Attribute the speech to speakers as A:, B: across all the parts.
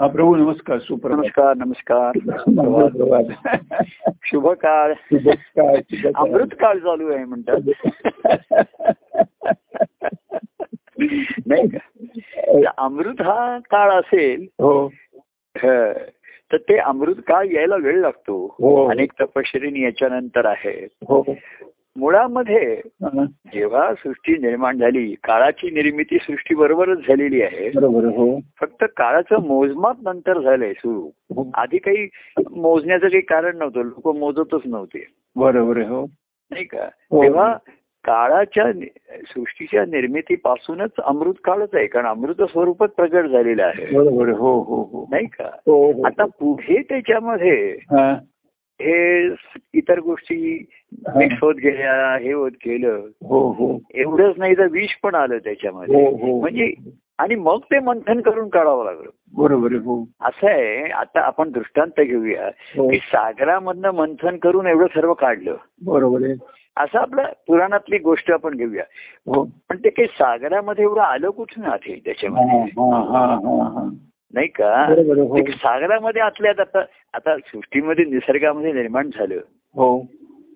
A: हा प्रभू नमस्कार सुप्रभात
B: नमस्कार नमस्कार प्रभात. शुभ काळ
A: शुभकाळ, शुभकाळ.
B: अमृत काळ चालू आहे म्हणतात नाही का अमृत हा काळ असेल
A: हो
B: ह, तर ते अमृत काळ यायला वेळ
A: हो.
B: लागतो अनेक तपश्चरीनी याच्यानंतर आहेत
A: हो
B: मुळामध्ये
A: हा,
B: जेव्हा सृष्टी निर्माण झाली काळाची निर्मिती सृष्टी बरोबरच झालेली आहे
A: बरोबर हो
B: फक्त काळाचं मोजमाप नंतर झालंय सुरू
A: हो.
B: आधी काही मोजण्याचं काही कारण नव्हतं लोक मोजतच नव्हते
A: बरोबर आहे, हो
B: नाही का
A: हो.
B: तेव्हा काळाच्या नि- सृष्टीच्या निर्मितीपासूनच अमृत काळच आहे कारण अमृत स्वरूपात प्रगट झालेलं आहे
A: बरोबर आहे, हो हो हो
B: नाही का
A: हो हो
B: आता पुढे त्याच्यामध्ये
A: हा,
B: हे स- इतर गोष्टी मिक्स होत गेल्या हे होत गेलं
A: हो हो
B: एवढंच नाही तर विष पण आलं त्याच्यामध्ये
A: हो हो
B: म्हणजे आणि मग ते मंथन करून काढावं लागलं
A: बरोबर आहे, हो
B: असं आहे आता आपण दृष्टांत घेऊया
A: हो
B: की सागरामधनं मंथन करून एवढं सर्व काढलं
A: बरोबर आहे
B: असं आपलं पुराणातली गोष्ट आपण घेऊया
A: हो
B: पण ते काही सागरामध्ये एवढं आलं कुठून आहे
A: हा
B: त्याच्यामध्ये
A: हा हा हा, हा
B: नाही का
A: हो. बरोबर हो. आहे,
B: ते सागरामध्ये आतल्यात आता आता सृष्टीमध्ये निसर्गामध्ये निर्माण झालं
A: हो हो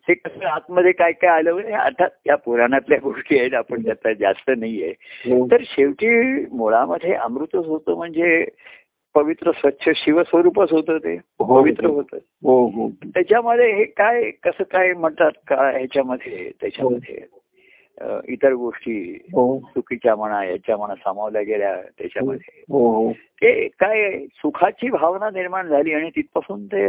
B: ते कसं आतमध्ये काय काय आलं हे आता या पुराणातल्या गोष्टी आहेत आपण त्याचा जास्त नाहीये
A: हो
B: तर शेवटी मुळामध्ये अमृतच होतं म्हणजे पवित्र स्वच्छ शिवस्वरूपच होतं ते
A: हो.
B: पवित्र होतं
A: हो हो
B: त्याच्यामध्ये हे काय कसं काय म्हणतात का ह्याच्यामध्ये त्याच्यामध्ये अ, इतर गोष्टी
A: हो
B: चुकीच्या म्हणा याच्या म्हणा सामावल्या गेल्या त्याच्यामध्ये
A: हो हो
B: ते काय आहे, सुखाची भावना निर्माण झाली आणि तिथपासून ते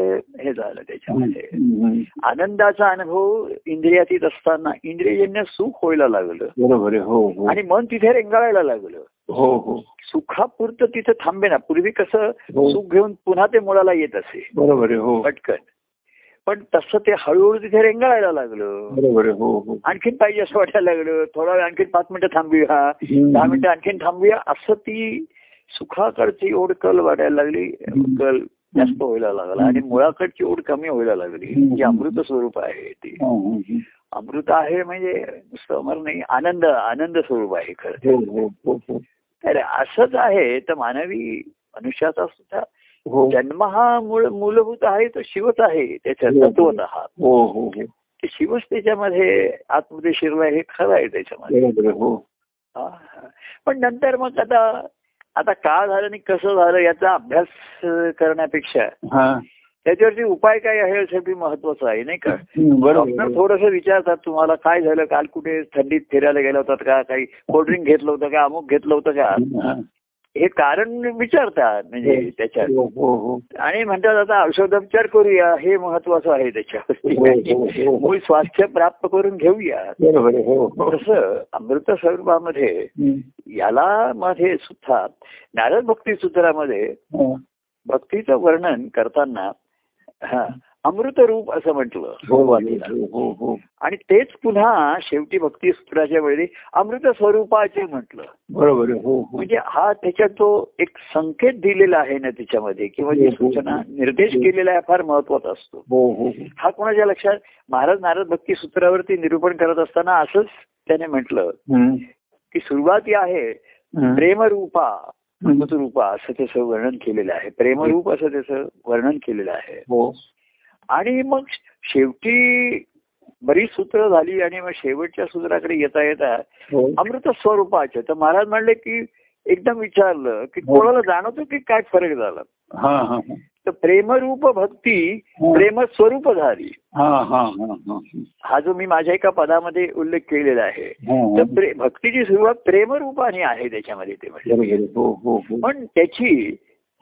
B: हे झालं त्याच्यामध्ये
A: हम्म, हम्म.
B: आनंदाचा अनुभव इंद्रियातीत असताना इंद्रियजन्य सुख व्हायला लागलं
A: बरोबर आहे, हो हो
B: आणि मन तिथे रेंगाळायला लागलं
A: हो हो
B: सुखापुरतं तिथे थांबे ना पूर्वी कसं
A: हो.
B: सुख घेऊन पुन्हा ते मुळाला येत असे
A: बरोबर आहे, हो
B: पटकन पण तसं ते हळूहळू तिथे रेंगाळायला लागलं
A: बरोबर आहे, हो हो
B: आणखीन पाहिजे असं वाटायला लागलं थोडा वेळ आणखीन पाच मिनिटं थांबूया दहा मिनिटं आणखीन थांबूया असं ती सुखाकडची ओढ कल वाढायला लागली
A: हम्म.
B: कल जास्त व्हायला लागला आणि मुळाकडची ओढ कमी व्हायला लागली
A: हम्म.
B: जी अमृत स्वरूप आहे ती
A: हम्म, हम्म, हम्म.
B: अमृत आहे म्हणजे नुसतं अमर नाही आनंद आनंद स्वरूप आहे खरं
A: हो हो हो हो
B: तर असंच आहे तर मानवी मनुष्याचा सुद्धा
A: हो
B: जन्म हा मूळ मूलभूत आहे तो शिवच आहे त्याच्या
A: हो.
B: तत्वत
A: हो हो हो
B: ते शिवच त्याच्यामध्ये आतमध्ये शिरला हे खरं आहे त्याच्यामध्ये
A: बरोबर आहे, हो
B: हा. पण नंतर मग आता आता का झालं आणि कसं झालं याचा अभ्यास अ, करण्यापेक्षा
A: हा
B: त्याच्यावरती उपाय काय आहे यासाठी महत्वाचं आहे नाही का
A: हम्म, बरोबर
B: डॉक्टर
A: आहे.
B: थोडस विचारतात तुम्हाला काय झालं काल कुठे थंडीत फिरायला गेला होतात का काही कोल्ड्रिंक घेतलं होतं का अमुक घेतलं होतं का
A: हा.
B: हे कारण विचारतात म्हणजे त्याच्यात
A: हो हो हो
B: आणि म्हणतात आता औषधोपचार करूया हे महत्वाचं आहे त्याच्यावरती
A: हो, हो, हो.
B: मूळ स्वास्थ्य प्राप्त करून घेऊया
A: बरोबर आहे, हो हो
B: तसं अमृत स्वरूपामध्ये
A: हम्म,
B: याला मध्ये सुद्धा नारद भक्ती सूत्रामध्ये
A: हा.
B: भक्तीचं वर्णन करताना हा, अमृत रूप असं म्हटलं
A: हो हो
B: सुरुवातीला
A: हो हो
B: आणि तेच पुन्हा शेवटी भक्ती सूत्राच्या वेळी अमृत स्वरूपाचे म्हटलं
A: बरोबर आहे, हो हो
B: म्हणजे हा त्याच्यात तो एक संकेत दिलेला आहे ना त्याच्यामध्ये किंवा जी सूचना निर्देश केलेला आहे फार महत्वाचा असतो
A: हो हो हो.
B: हा कोणाच्या लक्षात महाराज नारद भक्ती सूत्रावरती निरूपण करत असताना असंच त्याने म्हटलं
A: हम्म,
B: की सुरुवात ही आहे
A: हम्म.
B: प्रेमरूपा
A: हम्म.
B: अमृतरूपा असं त्याचं वर्णन केलेलं आहे प्रेमरूप असं त्याचं वर्णन केलेलं आहे
A: हो
B: आणि मग शेवटी बरीच सूत्र झाली आणि मग शेवटच्या सूत्राकडे येता येता
A: हो
B: अमृत स्वरूपाचे तर महाराज म्हणले की एकदम विचारलं की
A: हो.
B: कोणाला जाणवतो की काय फरक झाला
A: हा हा हा.
B: तर प्रेमरूप भक्ती
A: हो.
B: प्रेमस्वरूप झाली
A: हा हा हा हा हो,
B: हा जो मी माझ्या एका पदामध्ये उल्लेख केलेला आहे तर
A: हा.
B: प्रे- भक्तीची सुरुवात प्रेमरूपाने आहे त्याच्यामध्ये ते म्हणजे
A: बरोबर आहे, हो हो हो
B: पण त्याची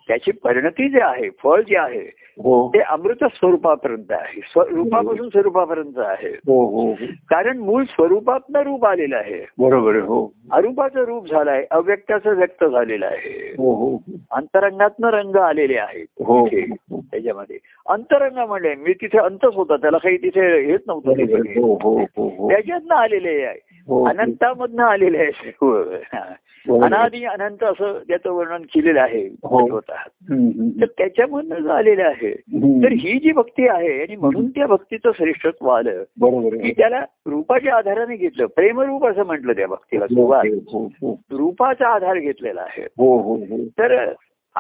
B: त्याची परिणती जे आहे फळ जे आहे
A: हो
B: ते अमृत स्वरूपापर्यंत आहे स्वरूपापासून स्वरूपापर्यंत आहे
A: हो हो हो.
B: कारण मूळ स्वरूपातनं रूप आलेलं आहे
A: बरोबर आहे, हो
B: अरूपाचं रूप झालं आहे अव्यक्ताचं व्यक्त झालेलं आहे
A: हो हो
B: अंतरंगातनं रंग आलेले आहेत
A: हो
B: तिथे,
A: हो.
B: त्याच्यामध्ये अंतरंग म्हणजे मी तिथे अंतच होता त्याला काही तिथे हेच नव्हतं
A: बरोबर आहे,
B: तिथे
A: हो हो हो हो
B: त्याच्यातनं आलेले आहे
A: हो
B: अनंतामधनं आलेले आहे सर्व. हा.
A: बरोबर आहे.
B: अनादी अनंत असं ज्याचं वर्णन केलेलं आहे
A: हो.
B: स्वतः.
A: हम्म, हम्म,
B: तर त्याच्यामधनं जो आलेलं आहे
A: हम्म.
B: तर ही जी भक्ती आहे आणि म्हणून त्या भक्तीचं श्रेष्ठत्व आलं
A: बरोबर
B: की
A: आहे.
B: त्याला रूपाच्या आधाराने घेतलं प्रेमरूप असं म्हटलं त्या भक्तीला
A: हो
B: सुरुवात
A: हो हो
B: रूपाचा आधार घेतलेला आहे
A: हो हो हो.
B: तर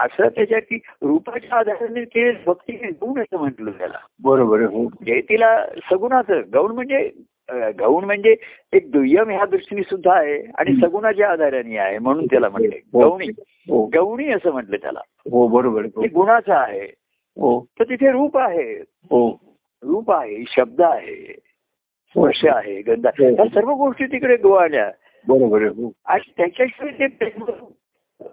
B: असं त्याच्या की रूपाच्या आधाराने ते भक्ती हे गुण असं म्हटलं त्याला
A: बरोबर आहे, हो
B: म्हणजे तिला सगुणाचं गौण म्हणजे अं, गौण म्हणजे एक दुय्यम ह्या दृष्टीने सुद्धा आहे आणि
A: हम्म.
B: सगुणाच्या आधाराने आहे म्हणून त्याला म्हटले
A: हो.
B: गौणी
A: हो
B: गौणी असं म्हटलं त्याला
A: हो बरोबर आहे,
B: ते गुणाचं आहे
A: हो
B: तर तिथे रूप आहे
A: हो
B: रूप आहे शब्द आहे स्पर्श आहे गंध आहे.
A: हो.
B: ह्या सर्व गोष्टी तिकडे गोवाल्या
A: बरोबर आहे, हो
B: आणि त्याच्याशिवाय ते प्रेम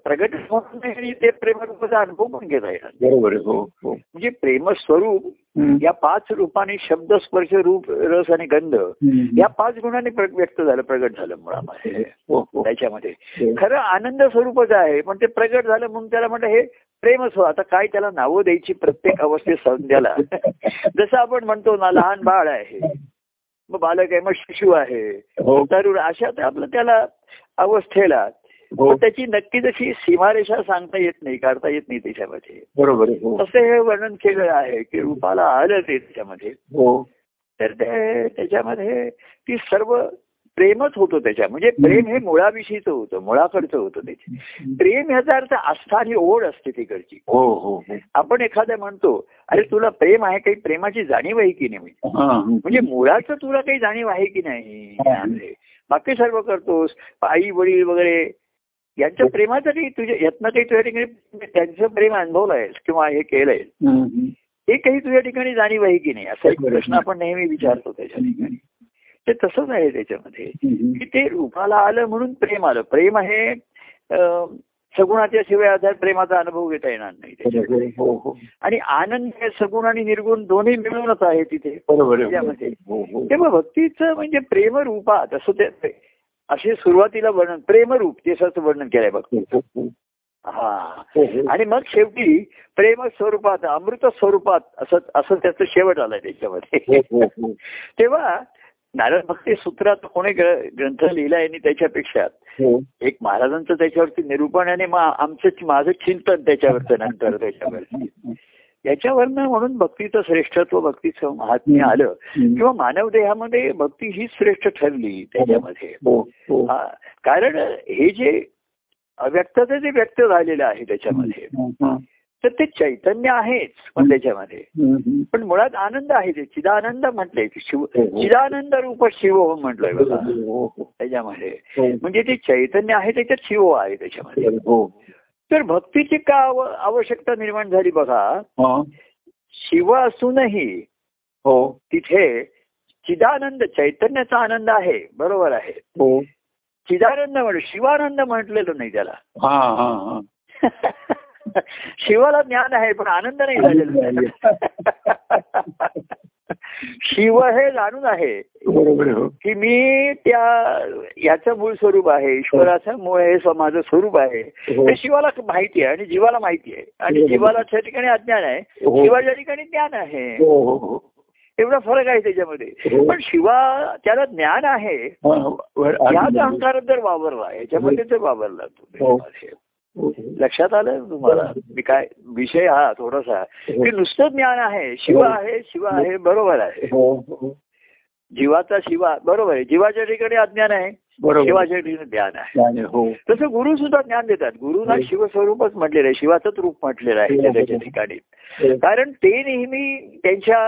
B: प्रगट होत नाही आणि ते प्रेमरूपाचा अनुभव पण घेता येणार
A: बरोबर आहे, हो हो
B: म्हणजे प्रेमस्वरूप
A: हम्म.
B: या पाच रूपाने शब्द स्पर्श रूप रस आणि गंध
A: हम्म.
B: या पाच गुणांनी प्र- व्यक्त झालं प्रगट झालं मुळामध्ये
A: हो हो
B: त्याच्यामध्ये
A: हो.
B: खरं आनंद स्वरूपच आहे पण ते प्रगट झालं म्हणून त्याला म्हणलं हे प्रेमस्व आता काय त्याला नावं द्यायची प्रत्येक अवस्थेत संध्याला जसं आपण म्हणतो ना लहान बाळ आहे मग बालक आहे मग शिशु आहे
A: हो
B: तरुण अशा ते आपलं त्याला अवस्थेला
A: हो
B: पण त्याची नक्की जशी सीमारेषा सांगता येत नाही काढता येत नाही त्याच्यामध्ये
A: बरोबर आहे, हो
B: तसं हे वर्णन केलं आहे की रूपाला आलं ते त्याच्यामध्ये
A: हो
B: तर ते त्याच्यामध्ये ती सर्व प्रेमच होतो त्याच्या म्हणजे प्रेम हे मुळाविषयीचं होतं मुळाकडचं होतं त्याचे प्रेम ह्याचा अर्थ आस्था आणि ओढ असते तिकडची
A: हो हो हो
B: आपण एखाद्या म्हणतो अरे तुला प्रेम आहे काही प्रेमाची जाणीव आहे की नाही म्हणजे
A: हा, हम्म.
B: म्हणजे मुळाचं तुला काही जाणीव आहे की नाही आहे. बाकी सर्व करतोस आई वडील वगैरे यांच्या प्रेमाचं काही तुझ्या यातनं काही तुझ्या ठिकाणी त्यांचं प्रेम अनुभवलं आहेस किंवा हे केलंय
A: हम्म.
B: ते काही तुझ्या ठिकाणी जाणीव आहे की नाही असा एक
A: बरोबर.
B: प्रश्न आपण नेहमी विचारतो त्याच्या ठिकाणी ते तसंच आहे त्याच्यामध्ये की ते रूपाला आलं म्हणून प्रेम आलं प्रेम हे अं, सगुणाच्या शिवाय आधार प्रेमाचा अनुभव घेता येणार नाही त्याच्यात.
A: बरोबर आहे, हो हो
B: आणि आनंद हे सगुण आणि निर्गुण दोन्ही मिळूनच आहे तिथे
A: बरोबर आहे,
B: त्यामध्ये.
A: हो हो
B: तेव्हा भक्तीचं म्हणजे प्रेमरूपा तसं ते ते- असे सुरुवातीला वर्णन प्रेमरूप ते असं वर्णन केलंय बघ
A: हो, हो, हो.
B: हा
A: हो, हो.
B: आणि मग शेवटी प्रेम स्वरूपात अमृत स्वरूपात असं असं त्याचं शेवट आलाय त्याच्यामध्ये
A: हो, हो, हो.
B: तेव्हा नारायण भक्ती सूत्रात कोणी ग्र- ग्रंथ लिहिलाय आणि त्याच्यापेक्षा
A: हो.
B: एक महाराजांचं त्याच्यावरती निरूपण आणि मा- आमचं माझं चिंतन त्याच्यावरचं नंतर त्याच्यावरती याच्यावरनं म्हणून भक्तीचं श्रेष्ठत्व भक्तीचं महात्म्य आलं
A: हम्म.
B: किंवा मानव देहामध्ये भक्ती ही श्रेष्ठ ठरली त्याच्यामध्ये
A: हो हो
B: हा. कारण हे जे अव्यक्ताचं जे व्यक्त झालेलं आहे त्याच्यामध्ये
A: हा, हा.
B: तर ते चैतन्य आहेच पण त्याच्यामध्ये
A: हम्म.
B: पण मुळात आनंद आहे ते चिदानंद म्हटलंय की शिव
A: हो, हो.
B: चिदानंद रूप शिव म्हटलंय बघा
A: हो, हो,
B: त्याच्यामध्ये
A: हो.
B: म्हणजे ते चैतन्य आहे त्याच्यात शिव आहे त्याच्यामध्ये
A: हो.
B: तर भक्तीची का आव- आवश्यकता निर्माण झाली बघा
A: हा.
B: शिव असूनही
A: हो
B: तिथे चिदानंद चैतन्याचा आनंद आहे बरोबर आहे
A: हो
B: चिदानंद म्हण शिवानंद म्हटलेलं नाही त्याला
A: हा हा हा
B: शिवाला ज्ञान आहे पण आनंद नाही झालेला शिव हे जाणून आहे
A: बरोबर आहे, हो
B: की मी त्या याचं मूळ स्वरूप आहे ईश्वराचं मूळ हे स्व- माझं स्वरूप आहे
A: हो.
B: हे शिवाला माहिती आहे आणि जीवाला माहिती आहे आणि
A: बरोबर.
B: जीवाला त्या ठिकाणी अज्ञान आहे
A: हो.
B: शिवाच्या ठिकाणी ज्ञान आहे
A: हो हो हो
B: एवढा फरक आहे त्याच्यामध्ये
A: हो.
B: पण शिवा त्याला ज्ञान आहे
A: हा, वर-
B: याच अहंकारात जर वावरला याच्यामध्ये जर वावरला तो
A: हो.
B: त्याच्यामध्ये.
A: हो, हो.
B: लक्षात आलं तुम्हाला मी काय विषय हा थोडासा की नुसतं ज्ञान आहे शिव
A: हो.
B: आहे शिव आहे बरोबर आहे
A: हो, हो.
B: जीवाचा शिवा बरोबर आहे जीवाच्या ठिकाणी अज्ञान आहे
A: बरोबर
B: शिवाच्या ठिकाणी ज्ञान आहे
A: त्याने, हो
B: तसं गुरु सुद्धा ज्ञान देतात गुरुला
A: हो.
B: शिवस्वरूपच म्हटलेलं आहे शिवाचंच रूप म्हटलेलं आहे
A: हो, हो, हो.
B: त्याच्या ठिकाणी
A: हो.
B: कारण ते नेहमी त्यांच्या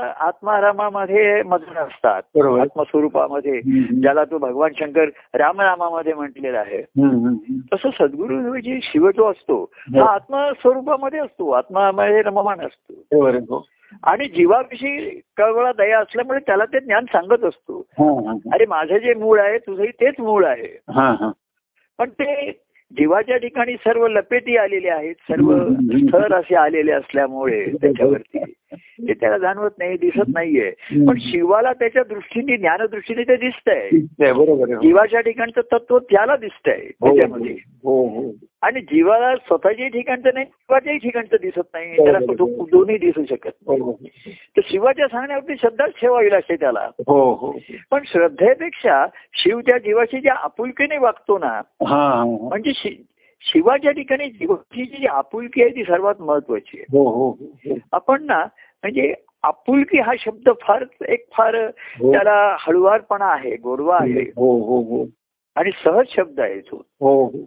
B: आत्मारामामध्ये मधून असतात
A: बरोबर.
B: आत्मस्वरूपामध्ये
A: हम्म.
B: ज्याला तो भगवान शंकर रामनामामध्ये म्हटलेला आहे
A: हम्म, हम्म,
B: तसं सद्गुरु जे शिव जो असतो
A: हो.
B: हा आत्मस्वरूपामध्ये असतो आत्मामध्ये रममाण असतो
A: बरोबर आहे, हो
B: आणि जीवाविषयी कळवळा दया असल्यामुळे त्याला ते ज्ञान सांगत असतो
A: हा हा, हा.
B: अरे माझं जे मूळ आहे तुझंही तेच मूळ आहे
A: हा हा
B: पण ते जीवाच्या ठिकाणी सर्व लपेटी आलेले आहेत सर्व
A: हम्म.
B: स्थर असे आलेले असल्यामुळे त्याच्यावरती ते त्याला जाणवत नाही दिसत नाहीये पण शिवाला त्याच्या दृष्टीने ज्ञानदृष्टीने ते दिसतंय
A: शिकतंय, बरोबर आहे, हो.
B: जीवाच्या ठिकाणचं तत्व त्याला दिसतंय
A: हो,
B: त्याच्यामध्ये
A: हो हो
B: आणि जीवाला स्वतःच्याही ठिकाणचं नाही शिवाच्याही ठिकाणचं दिसत नाही
A: बरोबर.
B: त्याला कुठं दोन्ही दिसू शकत नाही
A: हो
B: तर शिवाच्या सांगण्यावरती श्रद्धाच ठेवावी लागते त्याला
A: हो हो
B: पण श्रद्धेपेक्षा शिव त्या जीवाशी ज्या आपुलकीने वागतो ना
A: हा हा, हा.
B: म्हणजे शि- शिवाच्या ठिकाणी जीवाची जी आपुलकी आहे ती सर्वात महत्वाची आहे
A: हो हो हो
B: आपण ना म्हणजे आपुलकी हा शब्द फार एक फार
A: हो.
B: त्याला हळुवारपणा आहे गोडवा आहे
A: हो हो हो
B: आणि सहज शब्द आहे तो
A: हो हो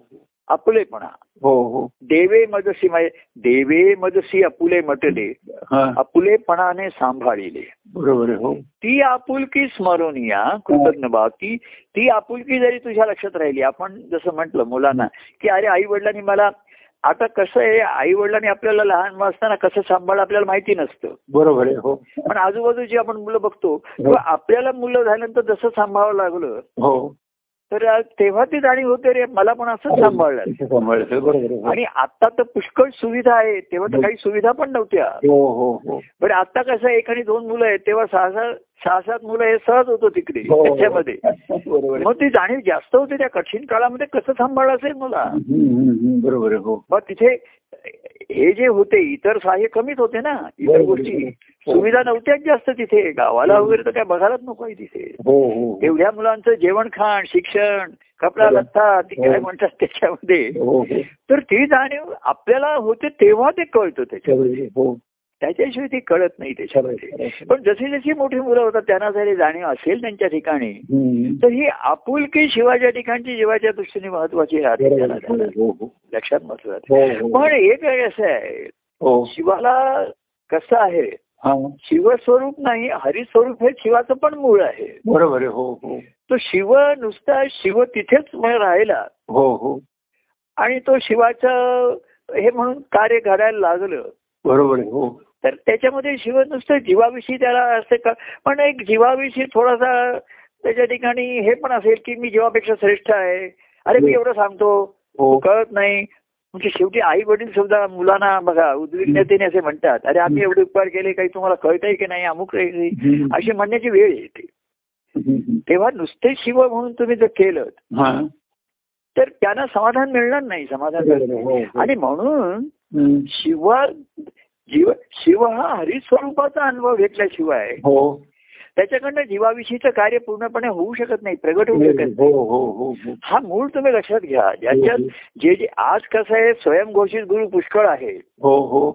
B: आपलेपणा
A: हो हो
B: देवे मजसी माय देवे मजसी आपुले म्हटले
A: हा
B: आपुलेपणाने सांभाळिले
A: बरोबर आहे हो
B: ती आपुलकी स्मरणीया कृतज्ञ भाव ती ती आपुलकी जरी तुझ्या लक्षात राहिली आपण जसं म्हटलं मुलांना की अरे आई वडिलांनी मला आता कसं आहे आई वडिलांनी आपल्याला लहान असताना कसं सांभाळलं आपल्याला माहिती नसतं
A: बरोबर आहे हो
B: पण आजूबाजूची आपण मुलं बघतो किंवा आपल्याला मुलं झाल्यानंतर जसं सांभाळावं लागलं
A: हो
B: तर आज तेव्हा ती जाणीव होते रे मला पण असंच सांभाळलं
A: तिथे सांभाळलं बरोबर आहे, हो.
B: आणि आता तर पुष्कळ सुविधा आहे तेव्हा तर काही सुविधा पण नव्हत्या
A: हो हो हो
B: पण आता कसं आहे, एक आणि दोन मुलं आहेत तेव्हा सहा सहा सहा सात मुलं हे सहज होतो तिकडे
A: हो, हो.
B: त्याच्यामध्ये
A: बरोबर आहे.
B: मग ती जाणीव जास्त होती त्या कठीण काळामध्ये कसं सांभाळलं असेल मला
A: हम्म, हम्म, हम्म, बरोबर आहे, हो
B: मग तिथे हे जे होते इतर सहाय्य कमीच होते ना इतर
A: बरोबर,
B: गोष्टी
A: बरोबर. हो.
B: सुविधा नव्हत्याच जास्त तिथे गावाला वगैरे तर काय बघायलाच नको आहे तिथे
A: हो हो हो.
B: एवढ्या मुलांचं जेवण खाण शिक्षण कपडा
A: बरोबर.
B: लत्ता ती काय
A: हो.
B: म्हणतात त्याच्यामध्ये
A: हो हो
B: तर ती जाणीव आपल्याला होते तेव्हा ते कळतं त्याच्या
A: बरोबर आहे, हो
B: त्याच्याशिवाय ती कळत नाही
A: खरं आहे,
B: त्याच्यामध्ये
A: खरं आहे.
B: पण जशी जशी मोठी मुलं होतात त्यांना जरी जाणीव असेल त्यांच्या ठिकाणी
A: हम्म.
B: तर ही आपुलकी शिवाच्या ठिकाणची जीवाच्या दृष्टीने महत्वाची राहते
A: बरोबर
B: त्याला-
A: आहे,
B: त्याला.
A: हो हो
B: लक्षात महत्व राहते
A: हो हो
B: पण एक वेळ असं आहे
A: हो
B: शिवाला कसं आहे
A: हा
B: शिवस्वरूप नाही हरिस्वरूप हे शिवाचं पण मूळ आहे
A: बरोबर आहे, हो हो
B: तो शिव नुसता शिव तिथेच राहिला
A: हो हो
B: आणि तो शिवाचं हे म्हणून कार्य घडायला लागलं
A: बरोबर आहे, हो
B: तर त्याच्यामध्ये शिव नुसतं जीवाविषयी त्याला असते का पण एक जीवाविषयी थोडासा त्याच्या ठिकाणी हे पण असेल की मी जीवापेक्षा श्रेष्ठ आहे अरे मी एवढं सांगतो
A: हो
B: कळत नाही म्हणजे शेवटी आई वडील सुद्धा मुलांना बघा उद्विग्नतेने असे म्हणतात अरे आम्ही एवढे उपकार केले काही तुम्हाला कळतंय की नाही अमुक आहे की नाही.
A: हम्म.
B: अशी म्हणण्याची वेळ येते
A: हम्म, हम्म.
B: तेव्हा नुसते शिव म्हणून तुम्ही जर केलं
A: हा
B: तर त्यांना समाधान मिळणार नाही समाधान
A: बरोबर
B: मिळणार
A: आहे, हो,
B: नाही.
A: हो.
B: आणि म्हणून
A: हम्म.
B: शिव जीव शिव हा हरिस्वरूपाचा अनुभव घेतल्याशिवाय
A: हो
B: त्याच्याकडनं जीवाविषयीचं कार्य पूर्णपणे होऊ शकत नाही प्रगट होऊ शकत नाही.
A: हो हो हो हो
B: हा मूळ तुम्ही लक्षात घ्या ज्याच्यात जे जे आज कसं आहे स्वयंघोषित गुरु पुष्कळ आहे
A: हो हो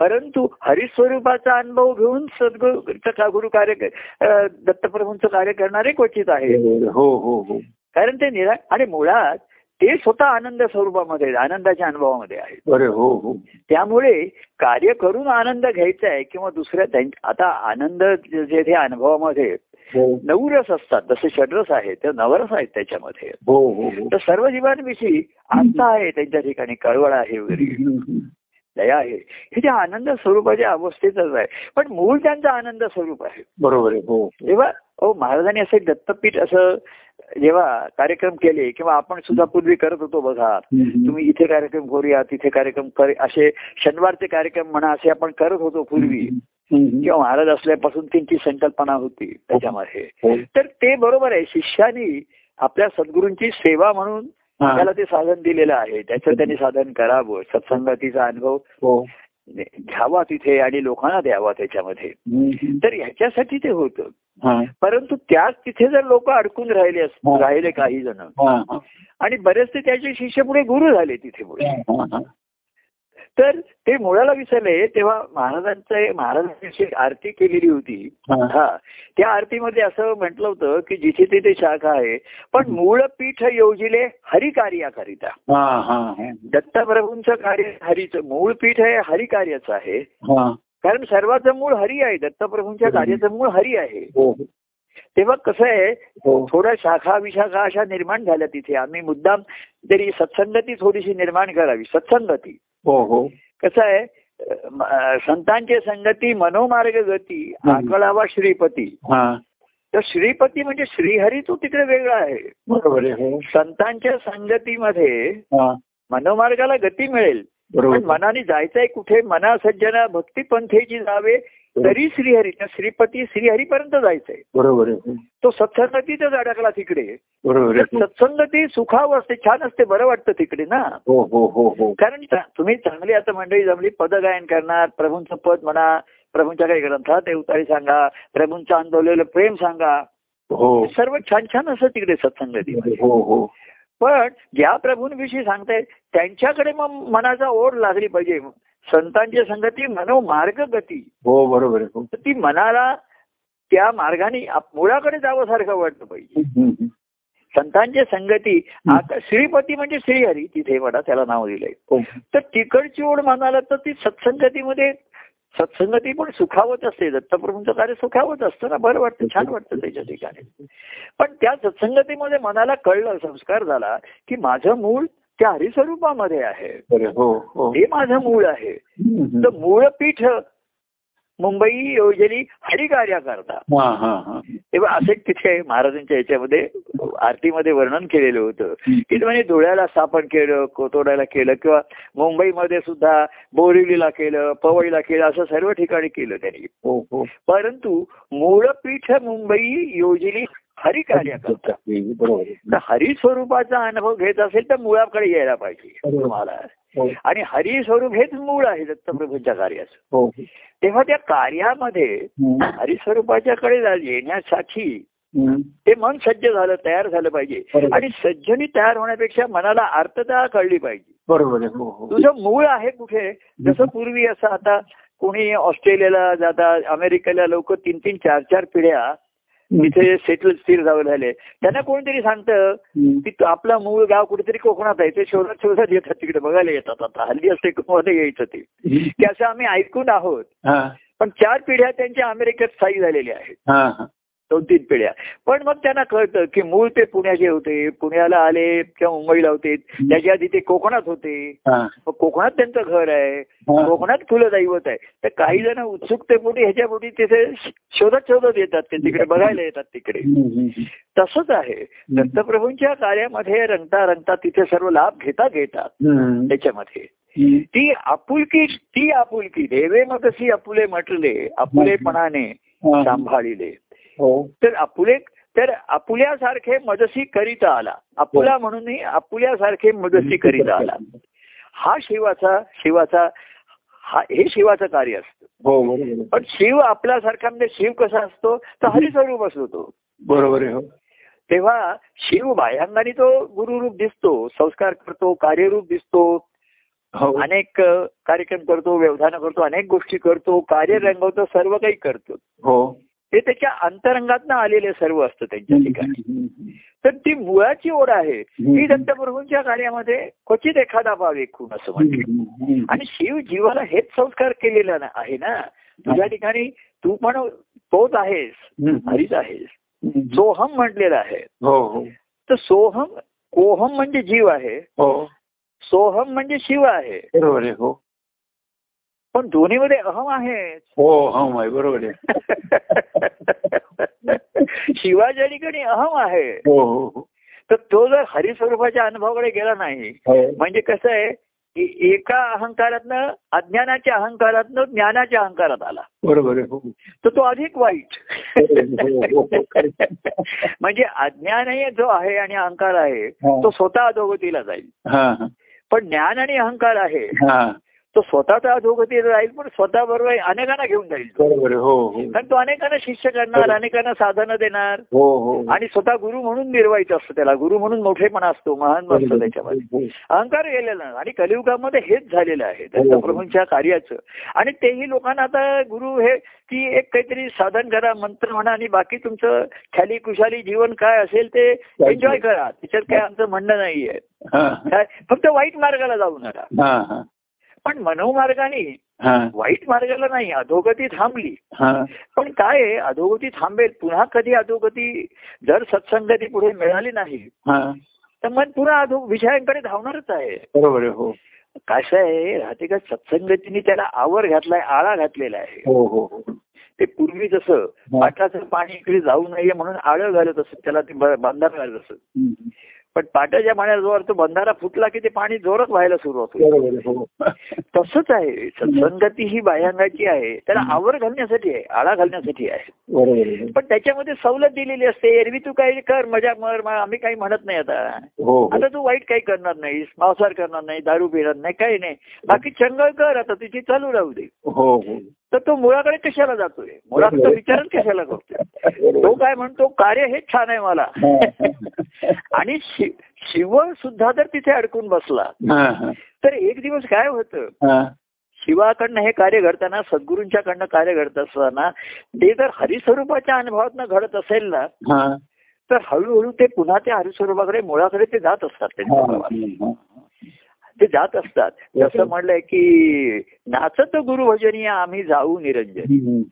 B: परंतु हरिस्वरूपाचा अनुभव घेऊन सद्गुरूचं का गुरु कार्य क- अं, दत्तप्रभूंचं कार्य करणारे क्वचित आहे
A: बरोबर, हो हो हो
B: कारण ते निरा आणि मुळात ते स्वतः आनंद स्वरूपामध्ये आहेत, आनंदाच्या अनुभवामध्ये आहे
A: बरे हो हो
B: त्यामुळे कार्य करून आनंद घ्यायचा आहे किंवा दुसऱ्या त्यां- आता आनंद जे जे ते अनुभवामध्ये
A: हो
B: नवरस असतात जसे षडरस आहेत ते नवरस आहेत त्याच्यामध्ये
A: हो हो हो.
B: तर सर्व जीवांविषयी आस्था आहे त्यांच्या ठिकाणी कळवळ आहे वगैरे दया आहे हे जे आनंद स्वरूपाच्या अवस्थेतच आहे पण मूळ त्यांचा आनंद स्वरूप आहे
A: बरोबर आहे हो
B: तेव्हा ओ महाराजांनी असे दत्तपीठ असं जेव्हा कार्यक्रम केले किंवा आपण सुद्धा पूर्वी करत होतो बघा तुम्ही इथे कार्यक्रम करूया तिथे कार्यक्रम कर असे शनिवारचे कार्यक्रम म्हणा असे आपण करत होतो पूर्वी
A: हम्म.
B: किंवा महाराज असल्यापासून त्यांची संकल्पना होती त्याच्यामध्ये
A: हो.
B: तर ते बरोबर आहे शिष्यानी आपल्या सद्गुरूंची सेवा म्हणून
A: हा.
B: त्याला ते साधन दिलेलं आहे त्याचं त्यांनी साधन करावं सत्संगतीचा अनुभव
A: हो.
B: घ्यावा तिथे आणि लोकांना द्यावा त्याच्यामध्ये
A: हम्म.
B: तर ह्याच्यासाठी ते होतं
A: हा.
B: परंतु त्याच तिथे जर लोक अडकून राहिले अस-
A: हो.
B: राहिले काही जण
A: हा, हा.
B: आणि बरेचसे त्याचे शिष्य पुढे गुरु झाले तिथे पुढे
A: हा, हा.
B: तर ते मुळाला विसरले तेव्हा महाराजांचे महाराजांची आरती केलेली होती
A: हा.
B: हा त्या आरतीमध्ये असं म्हटलं होतं की जिथे तिथे शाखा आहे पण मूळ पीठ योजिले हरिकार्याकरिता
A: हा, हा, हा.
B: दत्तप्रभूंचं कार्य हरीचं मूळ पीठ हे हरिकार्याचं आहे
A: हा.
B: कारण सर्वाचं मूळ हरी आहे दत्तप्रभूंच्या कार्याचं मूळ हरी आहे
A: हो.
B: तेव्हा कसं आहे
A: हो.
B: थोड्या शाखा विशाखा अशा निर्माण झाल्या तिथे आम्ही मुद्दाम तरी सत्संगती थोडीशी निर्माण करावी सत्संगती
A: हो, हो.
B: कसं आहे अ, म- अ, संतांची संगती मनोमार्ग गती
A: हम्म.
B: आकळावा श्रीपती
A: हा.
B: तर श्रीपती म्हणजे श्रीहरी तो तिकडे वेगळा आहे
A: बरोबर आहे हो.
B: संतांच्या संगतीमध्ये
A: हा.
B: मनोमार्गाला गती मिळेल पण
A: बरोबर
B: मनाने जायचंय कुठे मना सज्जना भक्तीपंथेची जावे तरी श्रीहरी त्या श्रीपती श्रीहरीपर्यंत जायचंय
A: बरोबर आहे हो.
B: तो सत्संगतीतच अडकला तिकडे
A: बरोबर
B: तर
A: आहे हो.
B: सत्संगती सुखावं असते छान असते बरं वाटतं तिकडे ना
A: हो हो हो हो
B: कारण चा- तुम्ही चांगली आता मंडळी जमली पद गायन करणार प्रभूंचं पद म्हणा प्रभूंच्या काही ग्रंथात ते उतारी सांगा प्रभूंचं अनुभवलेलं प्रेम सांगा
A: हो
B: सर्व छान छान असं तिकडे सत्संगती
A: हो हो
B: पण ज्या प्रभूंविषयी सांगताय त्यांच्याकडे मग मनाचा ओढ लागली पाहिजे संतांची संगती मनोमार्ग गती
A: हो बरोबर आहे हो
B: तर ती मनाला त्या मार्गाने आप- मुळाकडे जावं सारखं वाटलं पाहिजे
A: हम्म.
B: संतांची संगती आता श्रीपती म्हणजे श्रीहरी तिथे म्हणा त्याला नाव दिलंय
A: हो
B: तर तिकडची ओढ म्हणाला तर ती सत्संगतीमध्ये सत्संगती पण सुखावत असते दत्तप्रभूंचं कार्य सुखावत असतं ना बरं वाटतं छान वाटतं त्याच्या ठिकाणी पण त्या सत्संगतीमध्ये मनाला कळलं संस्कार झाला की माझं मूळ त्या हरिस्वरूपामध्ये आहे
A: अरे हो हो
B: हे माझं मूळ आहे
A: हम्म, हम्म.
B: तर मूळ पीठ मुंबई योजनी हरिकार्या करता
A: हा हा हा
B: तेव्हा असे तिथे महाराजांच्या याच्यामध्ये आरतीमध्ये वर्णन केलेलं होतं की म्हणजे धुळ्याला स्थापन केलं कोतोड्याला केलं किंवा मुंबईमध्ये सुद्धा बोरिवलीला केलं पवईला केलं असं सर्व ठिकाणी केलं त्यांनी
A: हो हो
B: परंतु मूळपीठ मुंबई योजली हरी कार्य करतात
A: बरोबर आहे.
B: तर हरी स्वरूपाचा अनुभव घेत असेल तर मुळाकडे यायला पाहिजे
A: बरोबर.
B: तुम्हाला
A: हो
B: आणि हरी स्वरूप हेच मूळ आहे दत्तप्रभूंच्या कार्याचं
A: हो
B: तेव्हा त्या कार्यामध्ये
A: हम्म,
B: हरिस्वरूपाच्याकडे येण्यासाठी
A: हम्म.
B: ते मन सज्ज झालं तयार झालं पाहिजे
A: बरोबर.
B: आणि सज्जनी तयार होण्यापेक्षा मनाला अर्थता कळली पाहिजे
A: बरोबर आहे हो हो
B: तुझं मूळ आहे कुठे जसं पूर्वी असं आता कोणी ऑस्ट्रेलियाला जातात अमेरिकेला लोक तीन तीन चार चार पिढ्या तिथे सेटल स्थिर जावं झाले त्यांना कोणतरी सांगतं
A: हम्म.
B: की तू- आपलं मूळ गाव कुठेतरी कोकणात आहे ते शोधत शोधत येतात तिकडे बघायला येतात आता हल्ली असते कोकणामध्ये यायचं ते की असं आम्ही ऐकून आहोत
A: हा
B: पण चार पिढ्या त्यांच्या अमेरिकेत स्थायी झालेल्या आहेत
A: हा हा
B: दोन तीन पिढ्या पण मग त्यांना कळतं की मूळ ते पुण्याचे होते पुण्याला आले किंवा मुंबईला होते त्याच्या आधी ते कोकणात होते
A: हा
B: मग कोकणात त्यांचं घर आहे
A: हा.
B: कोकणात कुलदैवत आहे तर काही जण उत्सुकतेपोटी ह्याच्यापोटी तिथे शोधत शोधत येतात ते तिकडे बघायला येतात तिकडे
A: हम्म, हम्म, हम्म.
B: तसंच आहे दत्तप्रभूंच्या कार्यामध्ये रंगता रंगता तिथे सर्व लाभ घेता घेतात
A: हम्म.
B: त्याच्यामध्ये
A: हम्म.
B: ती आपुलकी ती आपुलकी देवे मग कशी आपुले म्हटले आपुलेपणाने
A: हा.
B: सांभाळिले
A: हो
B: तर आपुले तर आपुल्यासारखे मदसी करीता आला आपुला
A: हो.
B: म्हणूनही आपुल्यासारखे मदसी करीता आला हा शिवाचा शिवाचा हा हे शिवाचं कार्य असतं
A: हो बरोबर आहे.
B: पण शिव आपल्यासारखा म्हणजे शिव कसा असतो तर हरिस्वरूप असतो तो
A: बरोबर आहे हो
B: तेव्हा शिव बाह्यांनी तो गुरुरूप दिसतो संस्कार करतो कार्यरूप दिसतो
A: हो
B: अनेक अ, कार्यक्रम करतो व्यवधान करतो अनेक गोष्टी करतो कार्य रंगवतो सर्व काही करतो
A: हो
B: ते त्याच्या अंतरंगातनं आलेले सर्व असतं त्यांच्या ठिकाणी
A: हम्म, हम्म,
B: तर ती मुळाची ओढ आहे
A: हम्म.
B: ही दत्तप्रभूंच्या कार्यामध्ये क्वचित एखादा भाव एकूण असं म्हणते
A: हम्म, हम्म.
B: आणि शिव जीवाला हेच संस्कार केलेला ना- आहे ना तुझ्या ठिकाणी तू पण तोच आहेस
A: हम्म,
B: हरीच आहेस
A: हम्म.
B: सोहम म्हटलेला आहे
A: हो हो
B: तर सोहम कोहम म्हणजे जीव आहे
A: हो
B: सोहम म्हणजे शिव आहे
A: बरोबर आहे हो
B: पण दोन्हीमध्ये अहम आहे
A: हो हो माय बरोबर आहे
B: शिवाच्या ठिकाणी अहम आहे
A: हो हो हो
B: तर तो जर हरिस्वरूपाच्या अनुभवाकडे गेला नाही
A: हो
B: म्हणजे कसं आहे की एका अहंकारातनं अज्ञानाच्या अहंकारातनं ज्ञानाच्या अहंकारात आला
A: बरोबर आहे हो
B: तर तो अधिक वाईट
A: हो, हो, हो.
B: म्हणजे अज्ञानही जो आहे आणि अहंकार आहे
A: हा.
B: तो स्वतः अधोगतीला जाईल
A: हा हा,
B: पण ज्ञान आणि अहंकार आहे
A: हा
B: तो स्वतः तर अधोगतीला जाईल पण स्वतः बरोबर अनेकांना घेऊन जाईल तो
A: बरोबर आहे हो हो
B: कारण तो अनेकांना शिष्य करणार अनेकांना साधनं देणार
A: हो हो
B: आणि स्वतः गुरु म्हणून निर्वाहित असतो त्याला गुरु म्हणून मोठेपणा असतो महान असतो त्याच्यामध्ये
A: हो,
B: अहंकार गेलेला नाही. आणि कलियुगामध्ये हेच झालेलं आहे दत्तप्रभूंच्या कार्याचं आणि तेही लोकांना आता गुरु हे की एक काहीतरी साधन करा मंत्र म्हणा आणि बाकी तुमचं खाली कुशाली जीवन काय असेल ते एन्जॉय करा त्याच्यात काय आमचं म्हणणं नाहीये
A: हा
B: काय फक्त वाईट मार्गाला जाऊ नका
A: हा हा
B: पण मनोमार्गाने
A: हा
B: वाईट मार्गाला नाही अधोगती थांबली
A: हा
B: पण काय आहे, अधोगती थांबेल पुन्हा कधी अधोगती जर सत्संगती पुढे मिळाली नाही
A: हा
B: तर मन पुन्हा अधो विषयांकडे धावणारच आहे
A: बरोबर आहे हो
B: कसं आहे राहते का सत्संगतीने त्याला आवर घातलाय आळा घातलेला आहे
A: हो हो हो
B: ते पूर्वी जसं
A: हा.
B: पाटाचं पाणी इकडे जाऊ नये म्हणून आळं घालत असत त्याला ते ब- बंधारा घालत असत
A: हम्म.
B: पण पाटाच्या पाण्याजवळ तो बंधारा फुटला की ते पाणी जोरात व्हायला सुरुवात होईल
A: बरोबर आहे हो
B: तसंच आहे सत्संगती ही बाह्यांगाची आहे त्याला आवर घालण्यासाठी आहे आळा घालण्यासाठी आहे
A: बरोबर आहे
B: पण त्याच्यामध्ये सवलत दिलेली असते एरवी तू काही कर मजा मर मग आम्ही काही म्हणत नाही आता
A: हो हो
B: आता तू वाईट काही करणार नाहीस मांसाहार करणार नाही दारू पिणार नाही काही नाही बाकी चंगळ कर आता तिची चालू राहू दे
A: हो हो
B: तर तो मुळाकडे कशाला जातोय मुळाकडे विचारच कशाला करतोय तो काय म्हणतो कार्य हे छान आहे मला
A: हा,
B: आणि शि- शिव सुद्धा जर तिथे अडकून बसला
A: हा, हा,
B: तर एक दिवस काय होतं
A: हा.
B: शिवाकडनं हे कार्य घडताना सद्गुरूंच्याकडनं कार्य घडत असताना ते जर हरिस्वरूपाच्या अनुभवातनं घडत असेल ना
A: हा,
B: तर हळूहळू ते पुन्हा त्या हरिस्वरूपाकडे मुळाकडे ते जात असतात त्यांच्या प्रवासात. ते जात असतात जसं म्हणलंय की नाचत गुरुभजनी आम्ही जाऊ निरंजन
A: हम्म.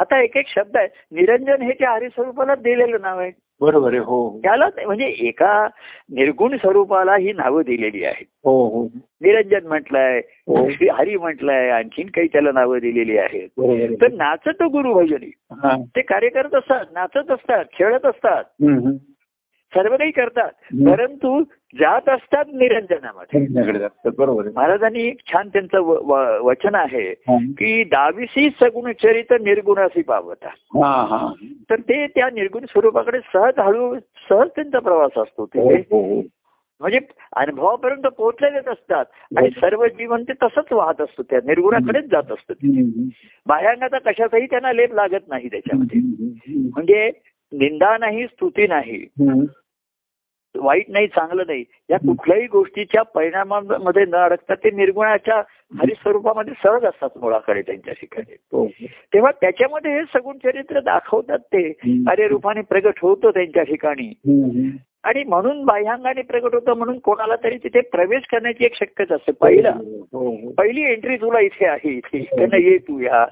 B: आता एक एक शब्द आहे निरंजन हे त्या हरिस्वरूपाला दिलेलं नाव आहे
A: बरोबर आहे हो हो.
B: त्याला ते- म्हणजे एका निर्गुण स्वरूपाला ही नावं दिलेली आहेत
A: हो हो
B: निरंजन म्हटलंय
A: हो.
B: श्री हरी म्हटलंय आणखीन काही त्याला नावं दिलेली आहेत
A: बरोबर
B: तर
A: आहे.
B: नाचत गुरुभजनी
A: हा.
B: ते कार्य करत असतात नाचत असतात खेळत असतात
A: हम्म, हम्म.
B: सर्व काही करतात
A: हम्म.
B: परंतु जात असतात निरंजनामध्ये
A: त्यांच्याकडे जातात बरोबर आहे
B: महाराजांनी एक छान त्यांचं व- व- वचन आहे
A: हा.
B: की डावीसी सगुण चरित निर्गुणासी पावता
A: हा हा
B: तर ते त्या निर्गुण स्वरूपाकडे सहज हळू सहज त्यांचा प्रवास असतो
A: हो
B: तिथे
A: हो हो.
B: म्हणजे अनुभवापर्यंत पोहोचलेलेच असतात आणि सर्व जीवन ते तसंच वाहत असतो त्या निर्गुणाकडेच जात असतं
A: हो. हम्म, हम्म.
B: बाह्यांगाचा कशाचाही त्यांना लेप लागत नाही त्याच्यामध्ये
A: हम्म,
B: म्हणजे निंदा नाही स्तुती नाही
A: हम्म.
B: वाईट नाही चांगलं नाही या कुठल्याही गोष्टीच्या परिणामामध्ये न अडकता ते निर्गुणाच्या हरिस्वरूपामध्ये सहज असतात मुळाकडे त्यांच्या ठिकाणी
A: हो.
B: तेव्हा त्याच्यामध्ये हे सगुण चरित्र दाखवतात ते
A: हम्म.
B: अरे रूपाने प्रगट होतो त्यांच्या ठिकाणी
A: हम्म, हम्म.
B: आणि म्हणून बाह्यांगाने प्रगट होतं म्हणून कोणाला तरी तिथे प्रवेश करण्याची एक शक्यता असते पहिला
A: हो हो
B: पहिली एंट्री तुला इथे आहे इथे इथं ये तू या